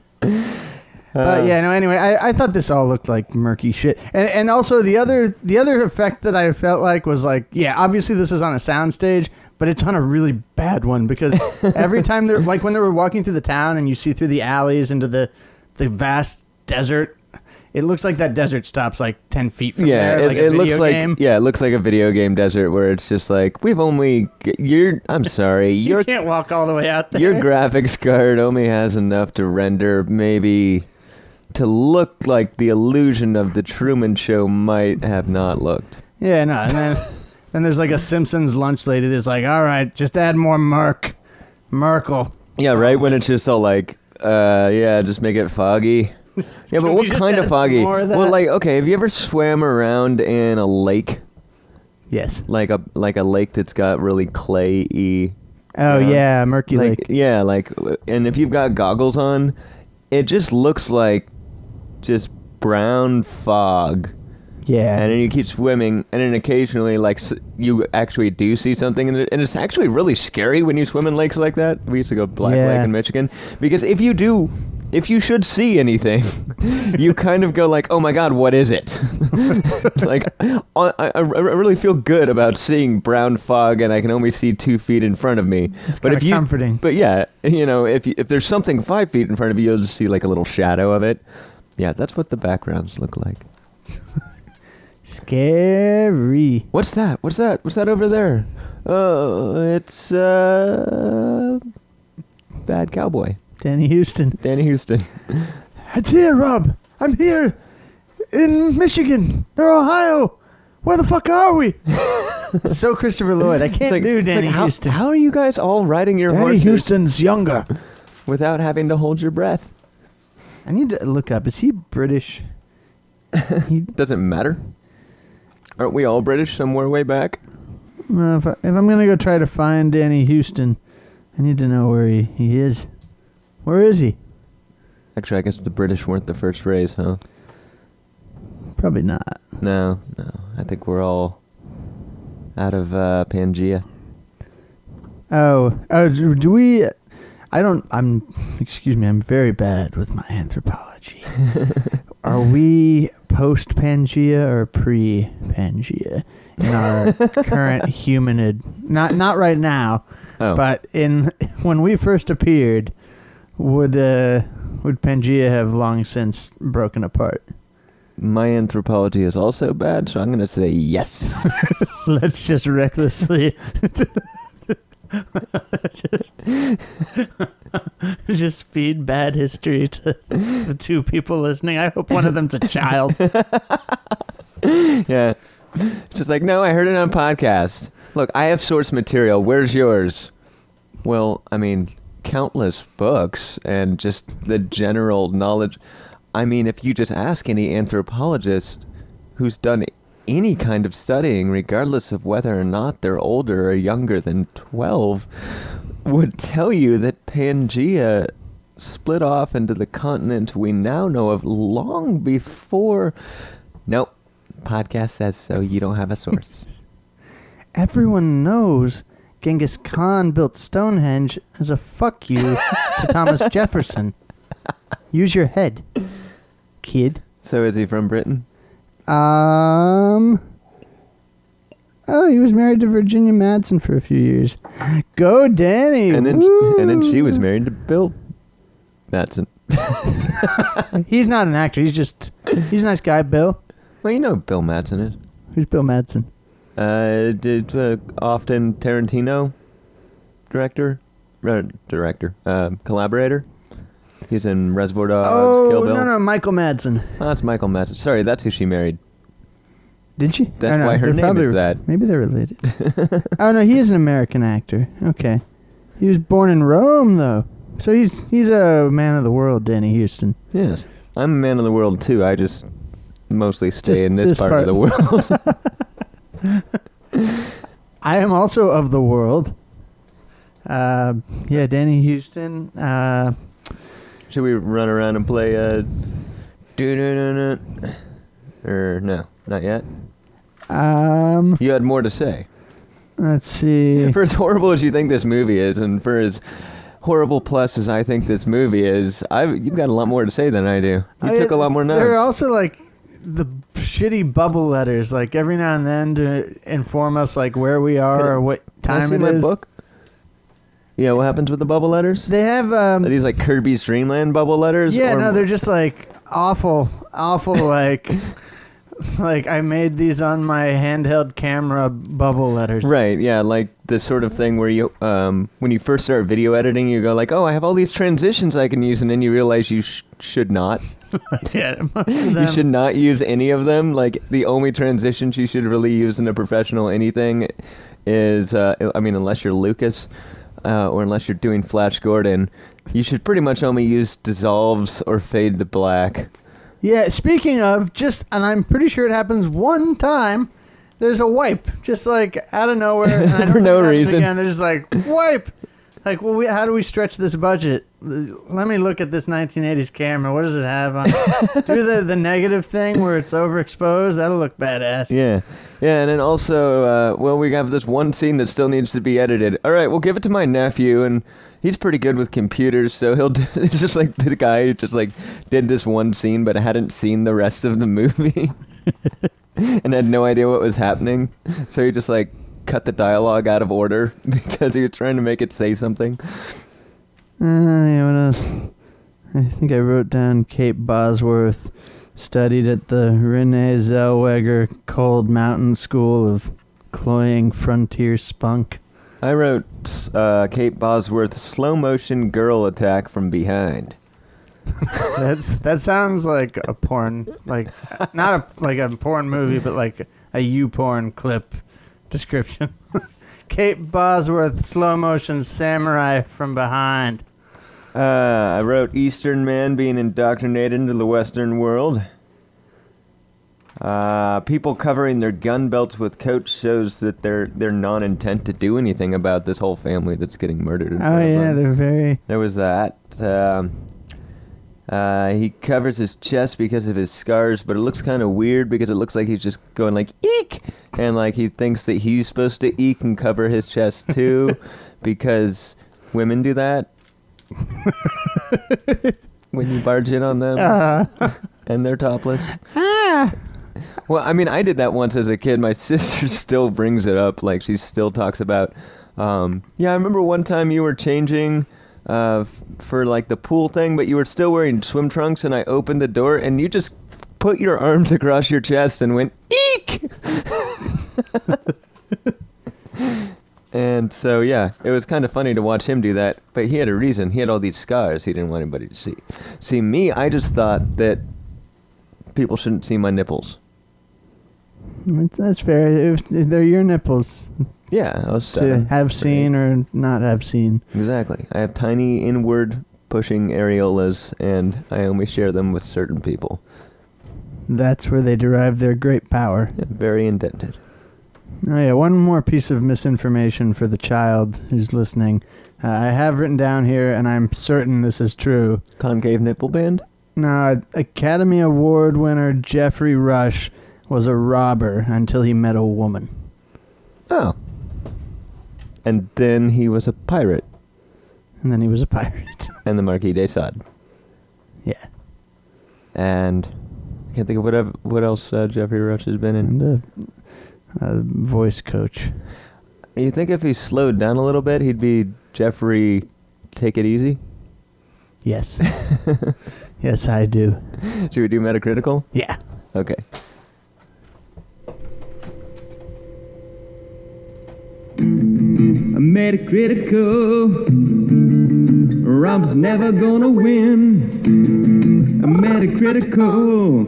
But yeah, no. Anyway, I, I thought this all looked like murky shit, and and also the other the other effect that I felt like was like, yeah, obviously this is on a soundstage, but it's on a really bad one because every time they're like when they were walking through the town and you see through the alleys into the the vast desert, it looks like that desert stops like ten feet from
Yeah,
there,
it,
like a
it
video
looks like
game.
yeah, it looks like a video game desert where it's just like we've only g- you're. I'm sorry,
You
your
can't walk all the way out there.
your graphics card only has enough to render maybe to look like the illusion of the Truman Show might have not looked.
Yeah, no, and then then there's like a Simpsons lunch lady that's like, all right, just add more murk, Merkel.
Yeah, right. When it's just all like, uh, yeah, just make it foggy. Yeah,
Can
but
we
what
just
kind of
add some
foggy?
more of
Well,
that?
like, okay, have you ever swam around in a lake,
Yes.
like a like a lake that's got really clayy?
Oh
Yeah.
yeah, Murky
Like,
Lake.
yeah, like, and if you've got goggles on, it just looks like just brown fog.
Yeah.
And then you keep swimming, and then occasionally, like, s- you actually do see something, and, it, and it's actually really scary when you swim in lakes like that. We used to go Black
Yeah.
Lake in Michigan because if you do, if you should see anything, you kind of go like, "Oh my God, what is it?" like, I, I, I really feel good about seeing brown fog, and I can only see two feet in front of me.
It's kinda
you,
comforting.
but yeah, you know, if you, if there's something five feet in front of you, you'll just see like a little shadow of it. Yeah, that's what the backgrounds look like.
Scary.
What's that? What's that? What's that over there? Oh, it's uh, bad cowboy,
Danny Houston.
Danny Houston.
It's here, Rob. I'm here in Michigan or Ohio. Where the fuck are we? It's so Christopher Lloyd. I can't
It's like-
do
it's like,
Danny
how,
Houston.
How are you guys all riding your
Danny
horses
Houston's younger.
without having to hold your breath?
I need to look up. Is he British? he,
Doesn't matter. Aren't we all British somewhere way back?
uh, if, I, if I'm gonna go try to find Danny Houston, I need to know where he, he is. Where is he?
Actually, I guess the British weren't the first race, huh?
Probably not.
No, no. I think we're all out of uh, Pangea.
Oh, oh, do do we? I don't. I'm. Excuse me. I'm very bad with my anthropology. Are we post Pangea or pre Pangea in our current humanid? Not not right now,
Oh,
but in when we first appeared, would uh, would Pangea have long since broken apart?
my anthropology is also bad, so I'm going to say yes.
Let's just recklessly. just, just feed bad history to the two people listening. I hope one of them's a child.
yeah. It's just like, no, I heard it on podcast. Look, I have source material. Where's yours? Well, I mean, countless books and just the general knowledge. I mean, if you just ask any anthropologist who's done any kind of studying, regardless of whether or not they're older or younger than 12, would tell you that Pangea split off into the continent we now know of long before. Nope. Podcast says so. You don't have a source.
Everyone knows Genghis Khan built Stonehenge as a fuck you to Thomas Jefferson. Use your head, kid.
so is he from Britain?
Um. Oh, he was married to Virginia Madsen for a few years. Go, Danny!
And then, and then she
woo!
was married to Bill Madsen.
He's not an actor. He's just he's a nice guy. Bill.
Well, you know who Bill Madsen is.
Who's Bill Madsen?
Uh, did uh, often Tarantino director, uh, director, uh, collaborator. He's in Reservoir Dogs,
oh
Kill Bill.
no no Michael Madsen.
Oh, that's Michael Madsen. Sorry, that's who she married.
Did she?
That's
Or no,
why her
they're
name
probably-
is that.
Maybe they're related. oh no, he is an American actor. Okay, he was born in Rome though, so he's he's a man of the world. Danny Houston.
Yes, I'm a man of the world too. I just mostly stay
Just
in this,
this
part,
part.
of the world.
I am also of the world. Uh, yeah, Danny Houston. Uh,
Should we run around and play? Uh, doo-doo-doo-doo? or no, not yet.
um,
You had more to say.
let's see.
For as horrible as you think this movie is, and for as horrible plus as I think this movie is, I've, you've got a lot more to say than I do. You
I-
took a lot more notes.
There are also like the shitty bubble letters, like every now and then to inform us like where we
Can I-
are or what
Can I
time
see
it
my
is.
book? Yeah, what happens with the bubble letters?
They have
Are
um,
these like Kirby's Dreamland bubble letters?
yeah,
or-
no, they're just like awful, awful like. Like I made these on my handheld camera bubble letters.
Right, yeah, like the sort of thing where you, um, when you first start video editing, you go like, "Oh, I have all these transitions I can use," and then you realize you sh- should not.
yeah, most of them-
You should not use any of them. Like the only transitions you should really use in a professional anything is, uh, I mean, unless you're Lucas uh, or unless you're doing Flash Gordon, you should pretty much only use dissolves or fade to black.
Yeah, speaking of, just and I'm pretty sure it happens one time. There's a wipe, just like out of nowhere, and I don't
For
think
no
it happened
reason.
Again, they're just like wipe. Like, well, we, how do we stretch this budget? Let me look at this 1980s camera. What does it have on? it? do the the negative thing where it's overexposed. That'll look badass.
Yeah, yeah, and then also, uh, well, we have this one scene that still needs to be edited. All right, we'll give it to my nephew, and he's pretty good with computers, so he'll. Do, it's just like the guy who just like did this one scene, but hadn't seen the rest of the movie, and had no idea what was happening. So he just like cut the dialogue out of order because he was trying to make it say something.
Uh, yeah, what else? I think I wrote down Kate Bosworth studied at the Renee Zellweger Cold Mountain School of Cloying Frontier Spunk.
I wrote uh, Kate Bosworth slow motion girl attack from behind.
That's that sounds like a porn, like not a like a porn movie, but like a U porn clip description. Kate Bosworth slow motion samurai from behind.
Uh, I wrote Eastern man being indoctrinated into the Western world. Uh, people covering their gun belts with coats shows that they're they're non-intent to do anything about this whole family that's getting murdered. In
Oh
front of
yeah,
them.
they're very.
there was that. Um, uh, he covers his chest because of his scars, but it looks kind of weird because it looks like he's just going like eek, and like he thinks that he's supposed to eek and cover his chest too, because women do that when you barge in on them and they're topless. Well, I mean, I did that once as a kid. My sister still brings it up. Like, she still talks about, um, yeah, I remember one time you were changing uh, f- for like the pool thing, but you were still wearing swim trunks, and I opened the door, and you just put your arms across your chest and went, eek! and so, yeah, it was kind of funny to watch him do that, but he had a reason. He had all these scars he didn't want anybody to see. See, me, I just thought that people shouldn't see my nipples.
That's, that's fair. If, if they're your nipples
Yeah, I was
to
seven,
have
eight.
seen or not have seen.
Exactly. I have tiny inward pushing areolas, and I only share them with certain people.
That's where they derive their great power.
Very indented.
Oh yeah, one more piece of misinformation for the child who's listening. Uh, I have written down here, and I'm certain this is true.
Concave nipple band.
Now, Academy Award winner Jeffrey Rush was a robber until he met a woman.
Oh. And then he was a pirate,
And then he was a pirate.
and the Marquis de Sade.
yeah.
And I can't think of what ev- what else uh, Jeffrey Rush has been in.
And a, a voice coach.
You think if he slowed down a little bit, he'd be Jeffrey. Take it easy.
Yes. yes, I do.
Should we do Metacritical?
Yeah.
Okay.
I made a critical. Rob's never gonna win. I made a critical.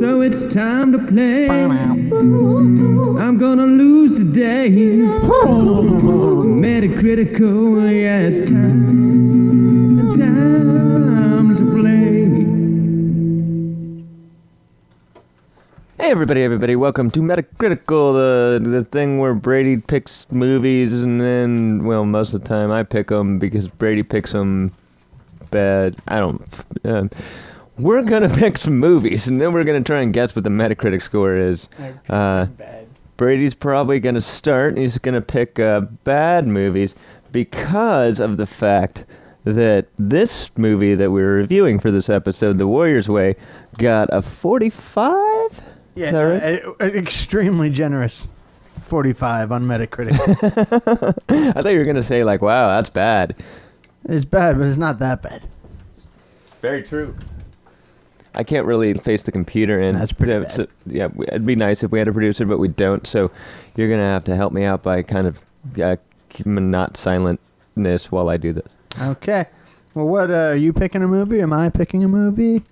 So it's time to play. I'm gonna lose today. Metacritical, yeah, it's time, time to play.
Hey everybody, everybody! Welcome to Metacritical, the the thing where Brady picks movies, and then well, most of the time I pick them because Brady picks them bad. I don't. Um, we're gonna pick some movies, and then we're gonna try and guess what the Metacritic score is. Uh, Brady's probably gonna start. and He's gonna pick uh, bad movies because of the fact that this movie that we're reviewing for this episode, The Warrior's Way, got a forty-five.
Yeah,
Is that right?
uh, uh, extremely generous. 45 on Metacritic.
I thought you were gonna say like, "Wow, that's bad."
it's bad, but it's not that bad.
Very true. I can't really face the computer, and
That's pretty
yeah,
bad.
so- yeah, w- it'd be nice if we had a producer, but we don't. So you're gonna have to help me out by kind of uh, keeping a not silentness while I do this.
Okay. Well, what, uh, are you picking a movie? Am I picking a movie?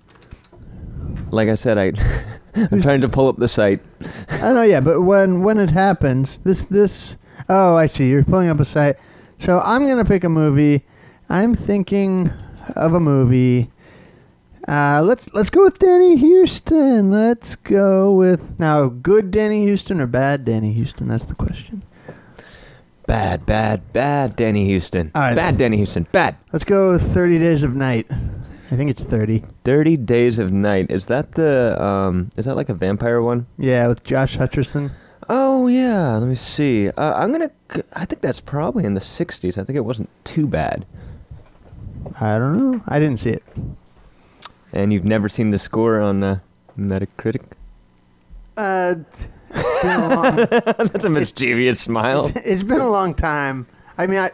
Like I said, I I'm trying to pull up the site.
I know, yeah, but when when it happens, this this oh, I see. You're pulling up a site. So I'm gonna pick a movie. I'm thinking of a movie. Uh, let's let's go with Danny Houston. Let's go with now good Danny Houston or bad Danny Houston. That's the question.
Bad, bad, bad Danny Houston.
All right.
Bad Danny Houston. Bad.
Let's go with Thirty Days of Night. I think it's thirty.
30 Days of Night. Is that the um is that like a vampire one?
Yeah, with Josh Hutcherson.
Oh yeah, let me see. Uh, I'm going to I think that's probably in the 60s. I think it wasn't too bad.
I don't know. I didn't see it.
And you've never seen the score on uh, Metacritic?
Uh, it's been a long,
that's a mischievous smile.
it's been a long time. I mean, I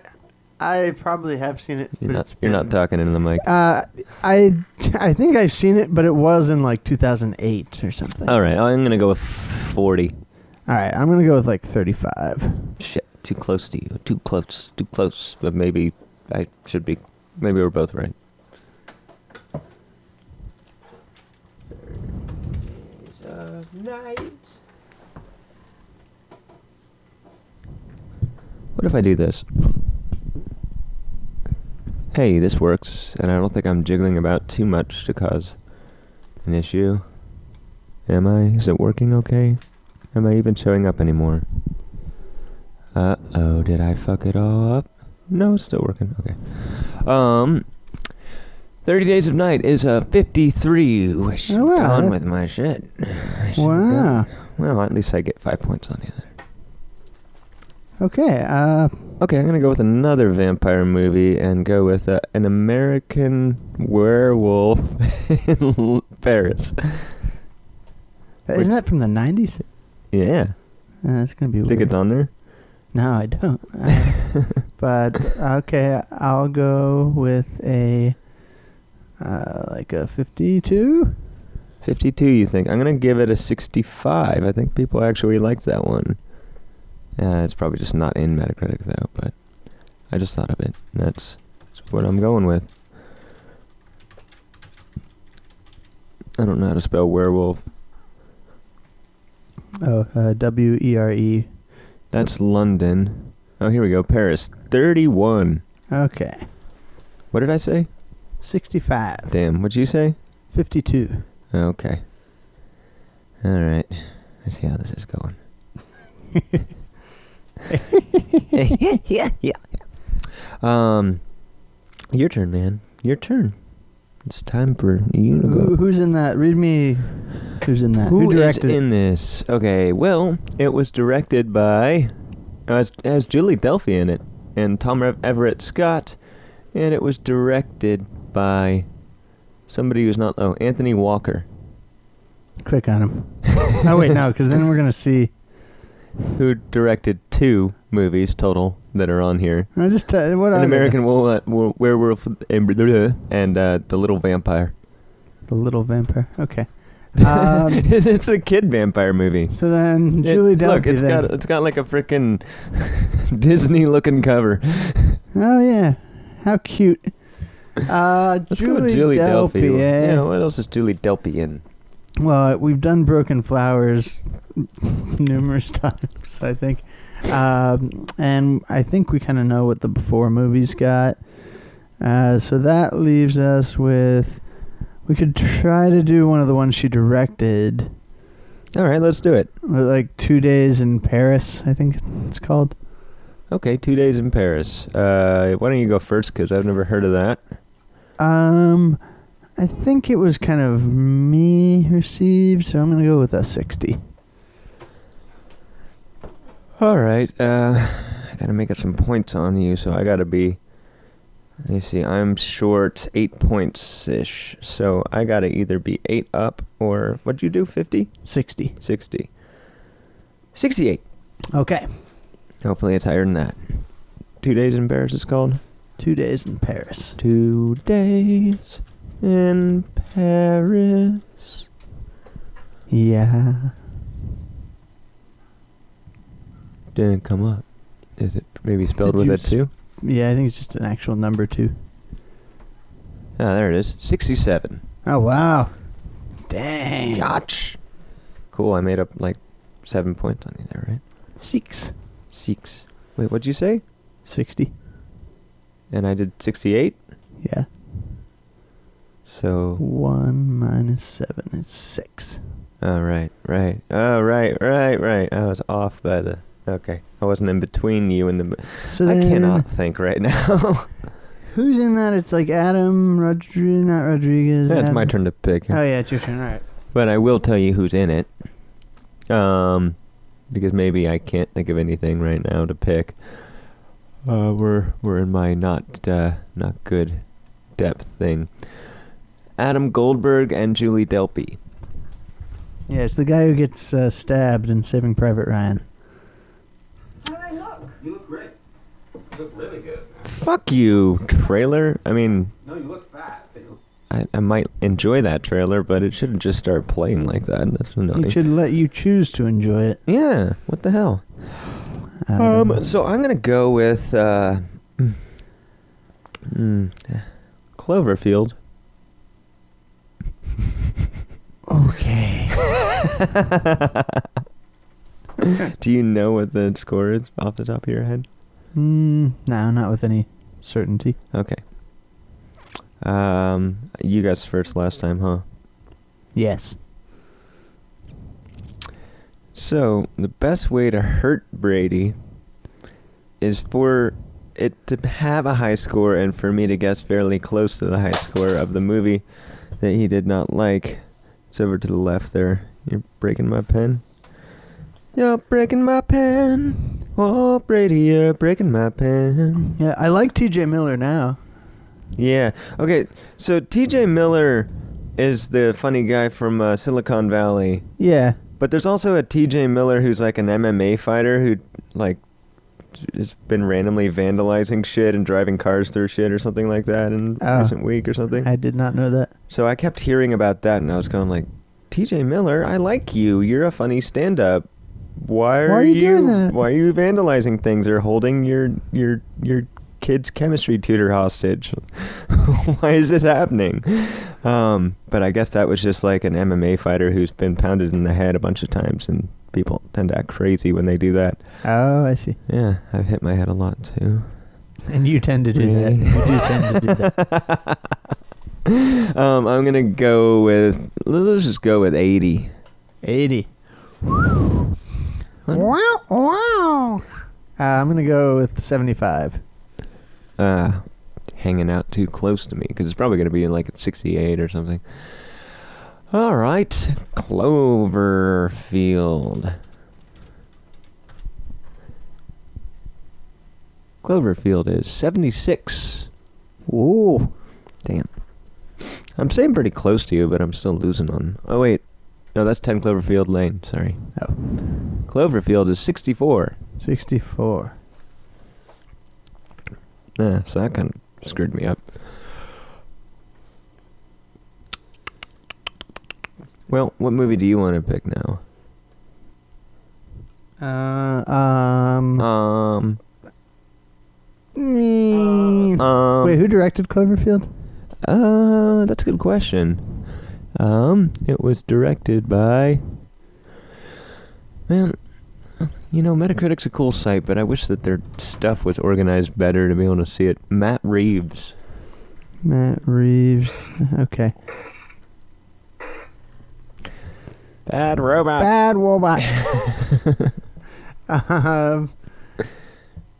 I probably have seen it.
You're
but
not,
it's
you're
been-
not talking into the mic.
Uh, I I think I've seen it, but it was in like 2008 or something.
All right, I'm going to go with 40.
All right, I'm gonna go with like 35.
Shit, too close to you. Too close, too close. But maybe I should be maybe we're both right. What if I do this? Hey, this works, and I don't think I'm jiggling about too much to cause an issue. Am I? Is it working okay? Am I even showing up anymore? Uh oh, did I fuck it all up? No, it's still working. Okay. Um, 30 Days of Night is a 53. Wish
Oh, wow,
gone
that-
with my shit. I should've done-
Wow.
Well, at least I get five points on the other.
Okay. Uh,
Okay, I'm gonna go with another vampire movie and go with uh, an American werewolf in Paris.
isn't that from the 90s? Uh,
Yeah,
that's gonna be.
I think
weird.
it's on there.
No, I don't. Uh, but okay, I'll go with a uh, like a 52.
52, you think? I'm gonna give it a 65. I think people actually liked that one. Uh, it's probably just not in Metacritic though, but I just thought of it. and That's, that's what I'm going with. I don't know how to spell werewolf.
Oh, uh, W E R E.
That's London. Oh, here we go. Paris, 31.
Okay,
What did I say?
65,
Damn, what'd you say? Oh,
52.
Okay. All right. Let's see how this is going. yeah, yeah, yeah. Um, your turn, man. Your turn. It's time for you to
Who,
go.
who's in that? Read me. Who's in that?
Who is
directed? it?
in this? Okay, well, it was directed by. Uh, it has Julie Delphi in it, and Tom Rev- Everett Scott, and it was directed by somebody who's not. Oh, Anthony Walker.
Click on him. oh wait, no, because then we're gonna see.
who directed two movies total that are on here.
No, just uh, what are
An
they?
American Wo- uh, Wo- Werewolf and and, uh, The Little Vampire.
The Little Vampire. Okay. Um,
it's a kid vampire movie.
so then
It-
Julie Delpy.
look, it's
then.
got it's got like a freaking Disney looking cover.
Oh yeah, how cute. Uh,
Let's
Julie,
go with Julie
Delpy.
Delpy.
eh?
Yeah, what else is Julie Delpy in?
Well, uh, we've done Broken Flowers numerous times, I think, um, and I think we kind of know what the before movies got. Uh, so that leaves us with we could try to do one of the ones she directed, uh,
All right, let's do it.
like Two Days in Paris. I think it's called.
Okay, two days in Paris. Uh, why don't you go first? Because I've never heard of that.
Um, I think it was kind of me who received, so I'm gonna go with a 60.
All right. Uh, I gotta make up some points on you, so I gotta be. Let me see. I'm short eight points ish, so I gotta either be eight up or what'd you do? 50?
60.
60. 68.
Okay.
Hopefully, it's higher than that. Two days in Paris is called.
Two days in Paris.
Two days in Paris.
Yeah.
Didn't come up. Is it maybe spelled with
Did you
a two?
Yeah, I think it's just an actual number two.
Ah, there it is. 67.
Oh wow. Dang.
Gotch. Cool. I made up like seven points on you there, right?
Six.
Six. Wait, what'd you say?
60.
And I did 68?
Yeah.
So,
One minus seven is six.
oh, right, right. Oh, right, right, right. I was off by the. Okay. I wasn't in between you and the.
So
I
then,
cannot think right now.
Who's in that? It's like Adam Rodriguez, not Rodriguez.
That's my
Adam-
turn to pick.
Oh yeah, it's your turn. All right.
But I will tell you who's in it. Um, because maybe I can't think of anything right now to pick. Uh, we're we're in my not uh, not good depth thing. Adam Goldberg and Julie Delpy.
Yeah, it's the guy who gets uh, stabbed in Saving Private Ryan.
You look great. You look really good.
Fuck you, trailer. I mean,
No, you look fat. but you-
I, I might enjoy that trailer, but it shouldn't just start playing like that. That's annoying.
It should let you choose to enjoy it.
yeah. What the hell?
I don't know.
Um, so I'm gonna go with uh, mm, Cloverfield.
okay.
Do you know what the score is off the top of your head?
Mm, no, not with any certainty.
Okay. Um, you guys first last time, huh?
Yes.
So the best way to hurt Brady is for it to have a high score and for me to guess fairly close to the high score of the movie that he did not like. It's over to the left there. You're breaking my pen. You're breaking my pen. Oh, Brady, you're breaking my pen.
Yeah, I like T.J. Miller now.
Yeah. Okay. So T.J. Miller is the funny guy from uh, Silicon Valley,
Yeah.
but there's also a T.J. Miller who's like an MMA fighter who like has been randomly vandalizing shit and driving cars through shit or something like that in
Oh.
recent week or something.
I did not know that.
so I kept hearing about that, and I was going like, T.J. Miller, I like you. You're a funny stand-up. Why are,
Why are you doing that?"
Why are you vandalizing things or holding your your your kid's chemistry tutor hostage? why is this happening? Um, but I guess that was just like an MMA fighter who's been pounded in the head a bunch of times, and people tend to act crazy when they do that.
Oh, I see.
Yeah, I've hit my head a lot too.
And you tend to do that.
Really?
You do tend to do that.
Um, I'm gonna go with let's just go with eighty.
80. wow, wow. Uh, I'm going to go with 75.
Uh, hanging out too close to me because it's probably gonna be like at sixty-eight or something. All right, Cloverfield. Cloverfield is seventy-six. Ooh, damn. I'm saying pretty close to you, but I'm still losing on. Oh wait, no, that's ten Cloverfield Lane. Sorry.
Oh.
Cloverfield is 64.
64.
Yeah, so that kind of screwed me up. Well, what movie do you want to pick now?
Uh, um.
Um,
mm.
um,
Wait, who directed Cloverfield?
uh, that's a good question. Um, it was directed by. Man, you know, Metacritic's a cool site, but I wish that their stuff was organized better to be able to see it. Matt Reeves.
Matt Reeves. Okay.
Bad robot.
Bad robot. um,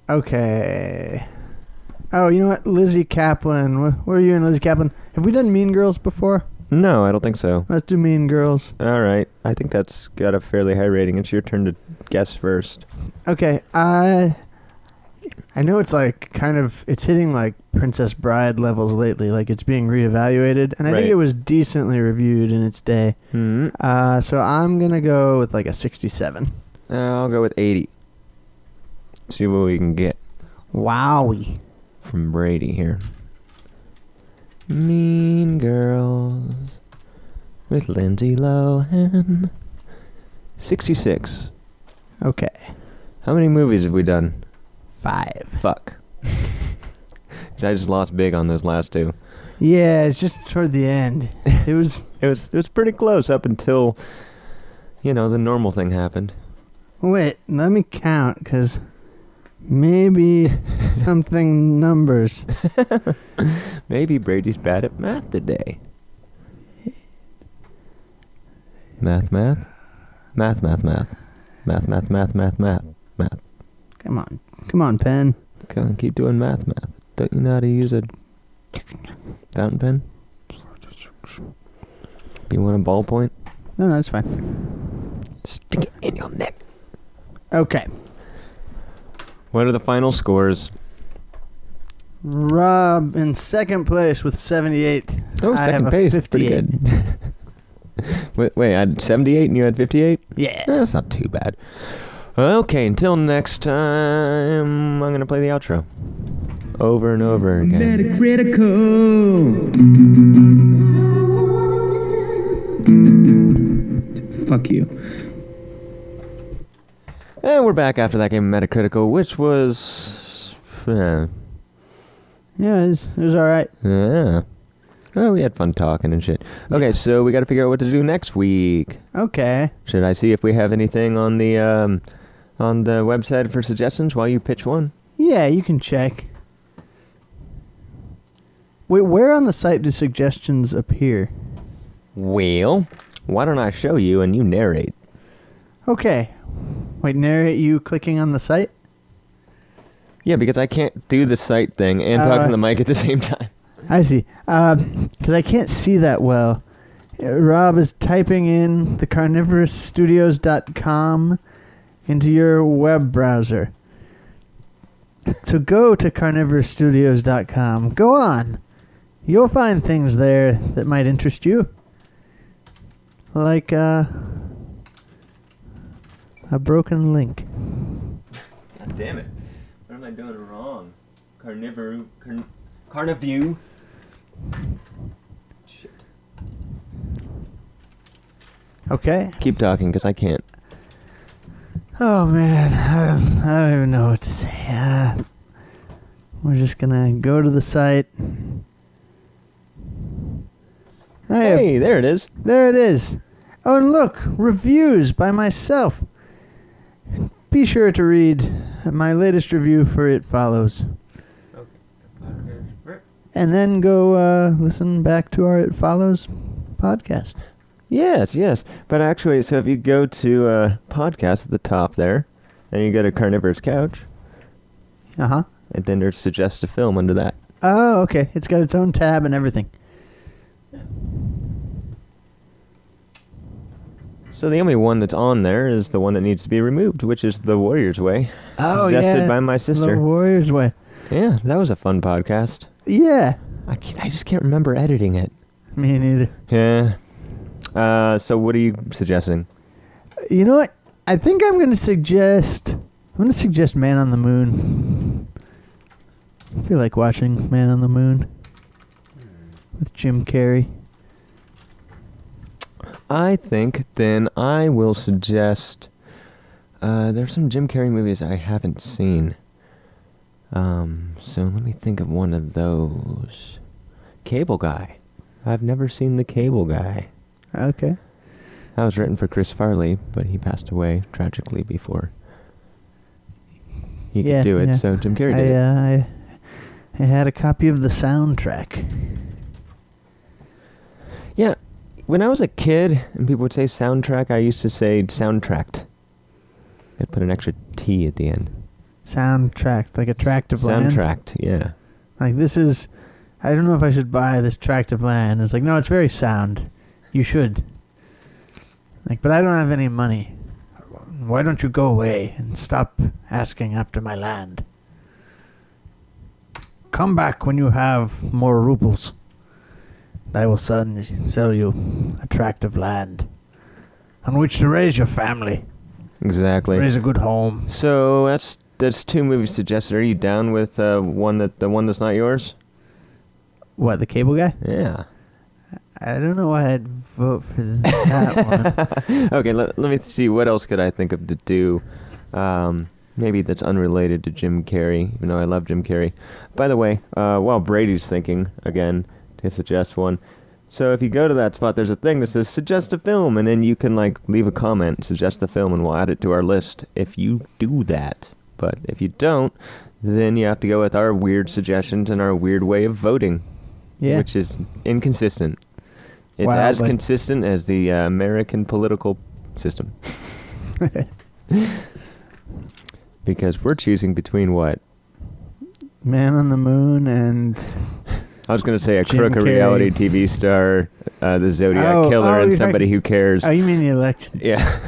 okay. Oh, you know what? Lizzie Kaplan. Where, where are you and Lizzie Kaplan? Have we done Mean Girls before?
No, I don't think so.
Let's do Mean Girls.
All right. I think that's got a fairly high rating. It's your turn to guess first.
Okay. I I know it's like kind of it's hitting like Princess Bride levels lately. Like it's being reevaluated, and I
Right.
think it was decently reviewed in its day.
Hmm.
Uh, so I'm gonna go with like a 67.
Uh, I'll go with 80. See what we can get
Wowie.
from Brady here. Mean Girls with Lindsay Lohan. 66.
Okay.
How many movies have we done?
Five.
Fuck. 'Cause I just lost big on those last two.
Yeah, it's just toward the end. It was
It was it was pretty close up until you know the normal thing happened.
wait. Let me count because maybe something numbers.
Maybe Brady's bad at math today. Math, math, math, math, math, math, math, math, math, math.
Come on. Come on, pen.
Come on, keep doing math, math. Don't you know how to use a fountain pen? You want a ballpoint?
No, no, it's fine.
Stick it in your neck.
Okay.
What are the final scores?
Rob in second place with 78.
Oh,
I have
second
a
base, pretty good. wait, wait, I had 78 and you had 58?
Yeah.
Eh, that's not too bad. Okay, until next time, I'm going to play the outro. Over and over again.
Metacritical. Fuck you.
And we're back after that game of Metacritical, which was. eh, Yeah.
Yeah, it was, it was all right.
yeah. Well, we had fun talking and shit. Okay, so we got to figure out what to do next week.
Okay.
Should I see if we have anything on the um, on the website for suggestions while you pitch one?
Yeah, you can check. Wait, where on the site do suggestions appear?
Well, why don't I show you and you narrate?
Okay. Wait, narrate you clicking on the site?
Yeah, because I can't do the sight thing and
Uh,
talk to the mic at the same time.
I see. Because I can't see that well. Uh, Rob is typing in the carnivorousstudios.com into your web browser. So go to carnivorousstudios.com. Go on. You'll find things there that might interest you. Like uh, a broken link.
God damn it. What am I doing wrong? Carnivore. Carn- carnivue. Shit.
Okay?
Keep talking because I can't.
Oh man, I don't, I don't even know what to say. Uh, we're just gonna go to the site. Hey,
Hey, there it is.
there it is. Oh, and look, reviews by myself. Be sure to read my latest review for It Follows. And then go uh, listen back to our It Follows podcast.
Yes, yes. But actually, so if you go to uh, podcast at the top there, and you go to Carnivore's Couch,
Uh huh.
and then there's Suggest a Film under that.
Oh, okay. It's got its own tab and everything.
So the only one that's on there is the one that needs to be removed, which is The Warrior's Way. suggested by my sister.
Oh, The Warriors Way.
Yeah, that was a fun podcast.
Yeah.
I, can't, I just can't remember editing it.
Me neither.
Yeah. Uh, so what are you suggesting?
You know what? I think I'm going to suggest. I'm going to suggest Man on the Moon. I feel like watching Man on the Moon with Jim Carrey.
I think then I will suggest. Uh, there's some Jim Carrey movies I haven't seen. Um, so let me think of one of those. Cable Guy. I've never seen The Cable Guy.
Okay.
That was written for Chris Farley, but he passed away tragically before he
Yeah,
could do it.
yeah.
So Jim Carrey
I,
did it.
uh, I, I had a copy of the soundtrack.
Yeah. When I was a kid and people would say soundtrack, I used to say soundtracked. I'd put an extra T at the end.
Soundtrack, like a tract of land.
Soundtracked, yeah.
Like this is. I don't know if I should buy this tract of land. It's like no, it's very sound. You should. Like, but I don't have any money. Why don't you go away and stop asking after my land? Come back when you have more rubles. and I will son- sell you a tract of land on which to raise your family,
Exactly.
raise a good home.
So that's that's two movies suggested. Are you down with uh, one that the one that's not yours?
What, the cable guy?
Yeah.
I don't know why I'd vote for that one.
okay. Let, let me see. What else could I think of to do? Um, maybe that's unrelated to Jim Carrey, even though I love Jim Carrey. By the way, uh, while Brady's thinking again to suggest one. So if you go to that spot, there's a thing that says suggest a film, and then you can like leave a comment, suggest the film, and we'll add it to our list if you do that. But if you don't, then you have to go with our weird suggestions and our weird way of voting,
Yeah.
which is inconsistent. It's
Wow,
as
but-
consistent as the uh, American political system. because we're choosing between what?
Man on the Moon and
I was going to say a
Jim
crook, a
Carrey.
reality TV star, uh, the Zodiac
Oh,
killer,
oh,
and
you're
somebody
talking-
who cares.
oh, you mean the election?
Yeah.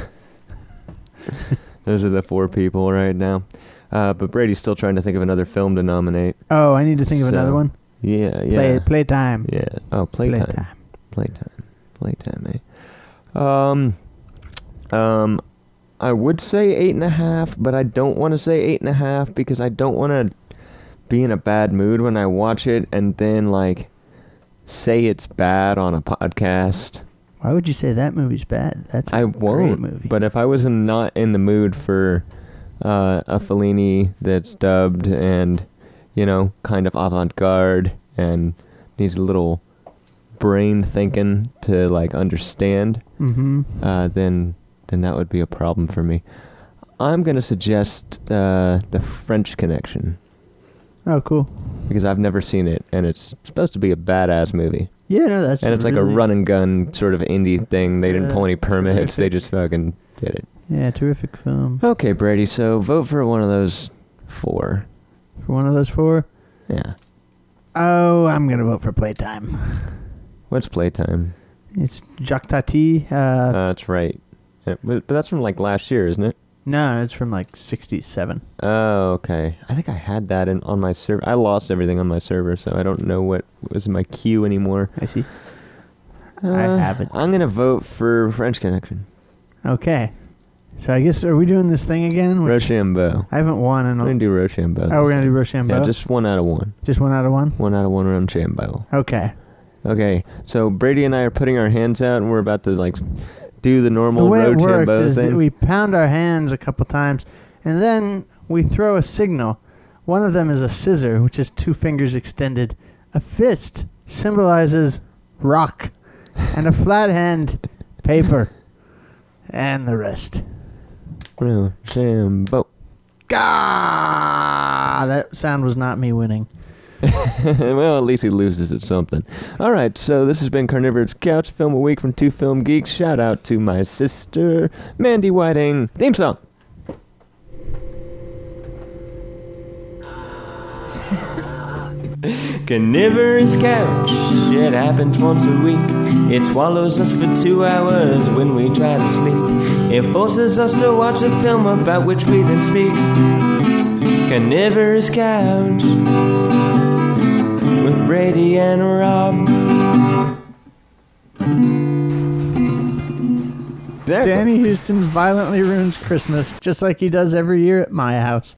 Those are the four people right now. Uh, but Brady's still trying to think of another film to nominate.
Oh, I need to think of another
So,
one.
Yeah, yeah.
Play playtime.
Yeah. Oh, playtime.
Playtime.
Playtime. Playtime, eh? Um, um, I would say eight and a half, but I don't want to say eight and a half because I don't want to be in a bad mood when I watch it and then, like, say it's bad on a podcast.
Why would you say that movie's bad? That's a
I
great
won't.
movie.
But if I was in, not in the mood for uh, a Fellini that's dubbed and you know kind of avant-garde and needs a little brain thinking to like understand,
mm-hmm.
uh, then then that would be a problem for me. I'm gonna suggest uh, the French Connection
oh, cool.
because I've never seen it and it's supposed to be a badass movie.
Yeah, no, that's
and it's like a
really-
run and gun sort of indie thing. They didn't
Yeah.
pull any permits. They
Terrific.
just fucking did it.
Yeah, terrific film.
Okay, Brady. So vote for one of those four.
For one of those four.
Yeah.
Oh, I'm gonna vote for Playtime.
What's playtime?
It's Jacques Tati. Uh,
Uh, that's right. Uh, But but that's from like last year, isn't it?
no, it's from like '67.
Oh, okay. I think I had that in on my server. I lost everything on my server, so I don't know what was in my queue anymore.
I see.
Uh,
haven't.
I'm gonna vote for French Connection.
Okay, so I guess are we doing this thing again? Which-
Rochambeau.
I haven't won in
I'm
a
gonna do Rochambeau. this
Oh, we're gonna
time.
do Rochambeau.
Yeah, just one out of one.
just one out of one.
One out of one Rochambeau.
Okay.
Okay, so Brady and I are putting our hands out, and we're about to like do the normal
the way it works
Rochambeau
is
thing.
that we pound our hands a couple times, and then we throw a signal. One of them is a scissor, which is two fingers extended. A fist symbolizes rock, and a flat hand, paper, and the rest.
Rochambeau.
Gah! That sound was not me winning.
well, at least he loses at something. All right, so this has been Carnivore's Couch Film a Week from Two Film Geeks. Shout out to my sister, Mandy Whiting. Theme song. Carnivore's couch. It happens once a week. It swallows us for two hours when we try to sleep. It forces us to watch a film about which we then speak. Carnivore's couch with Brady and Rob.
Danny Houston violently ruins Christmas, just like he does every year at my house.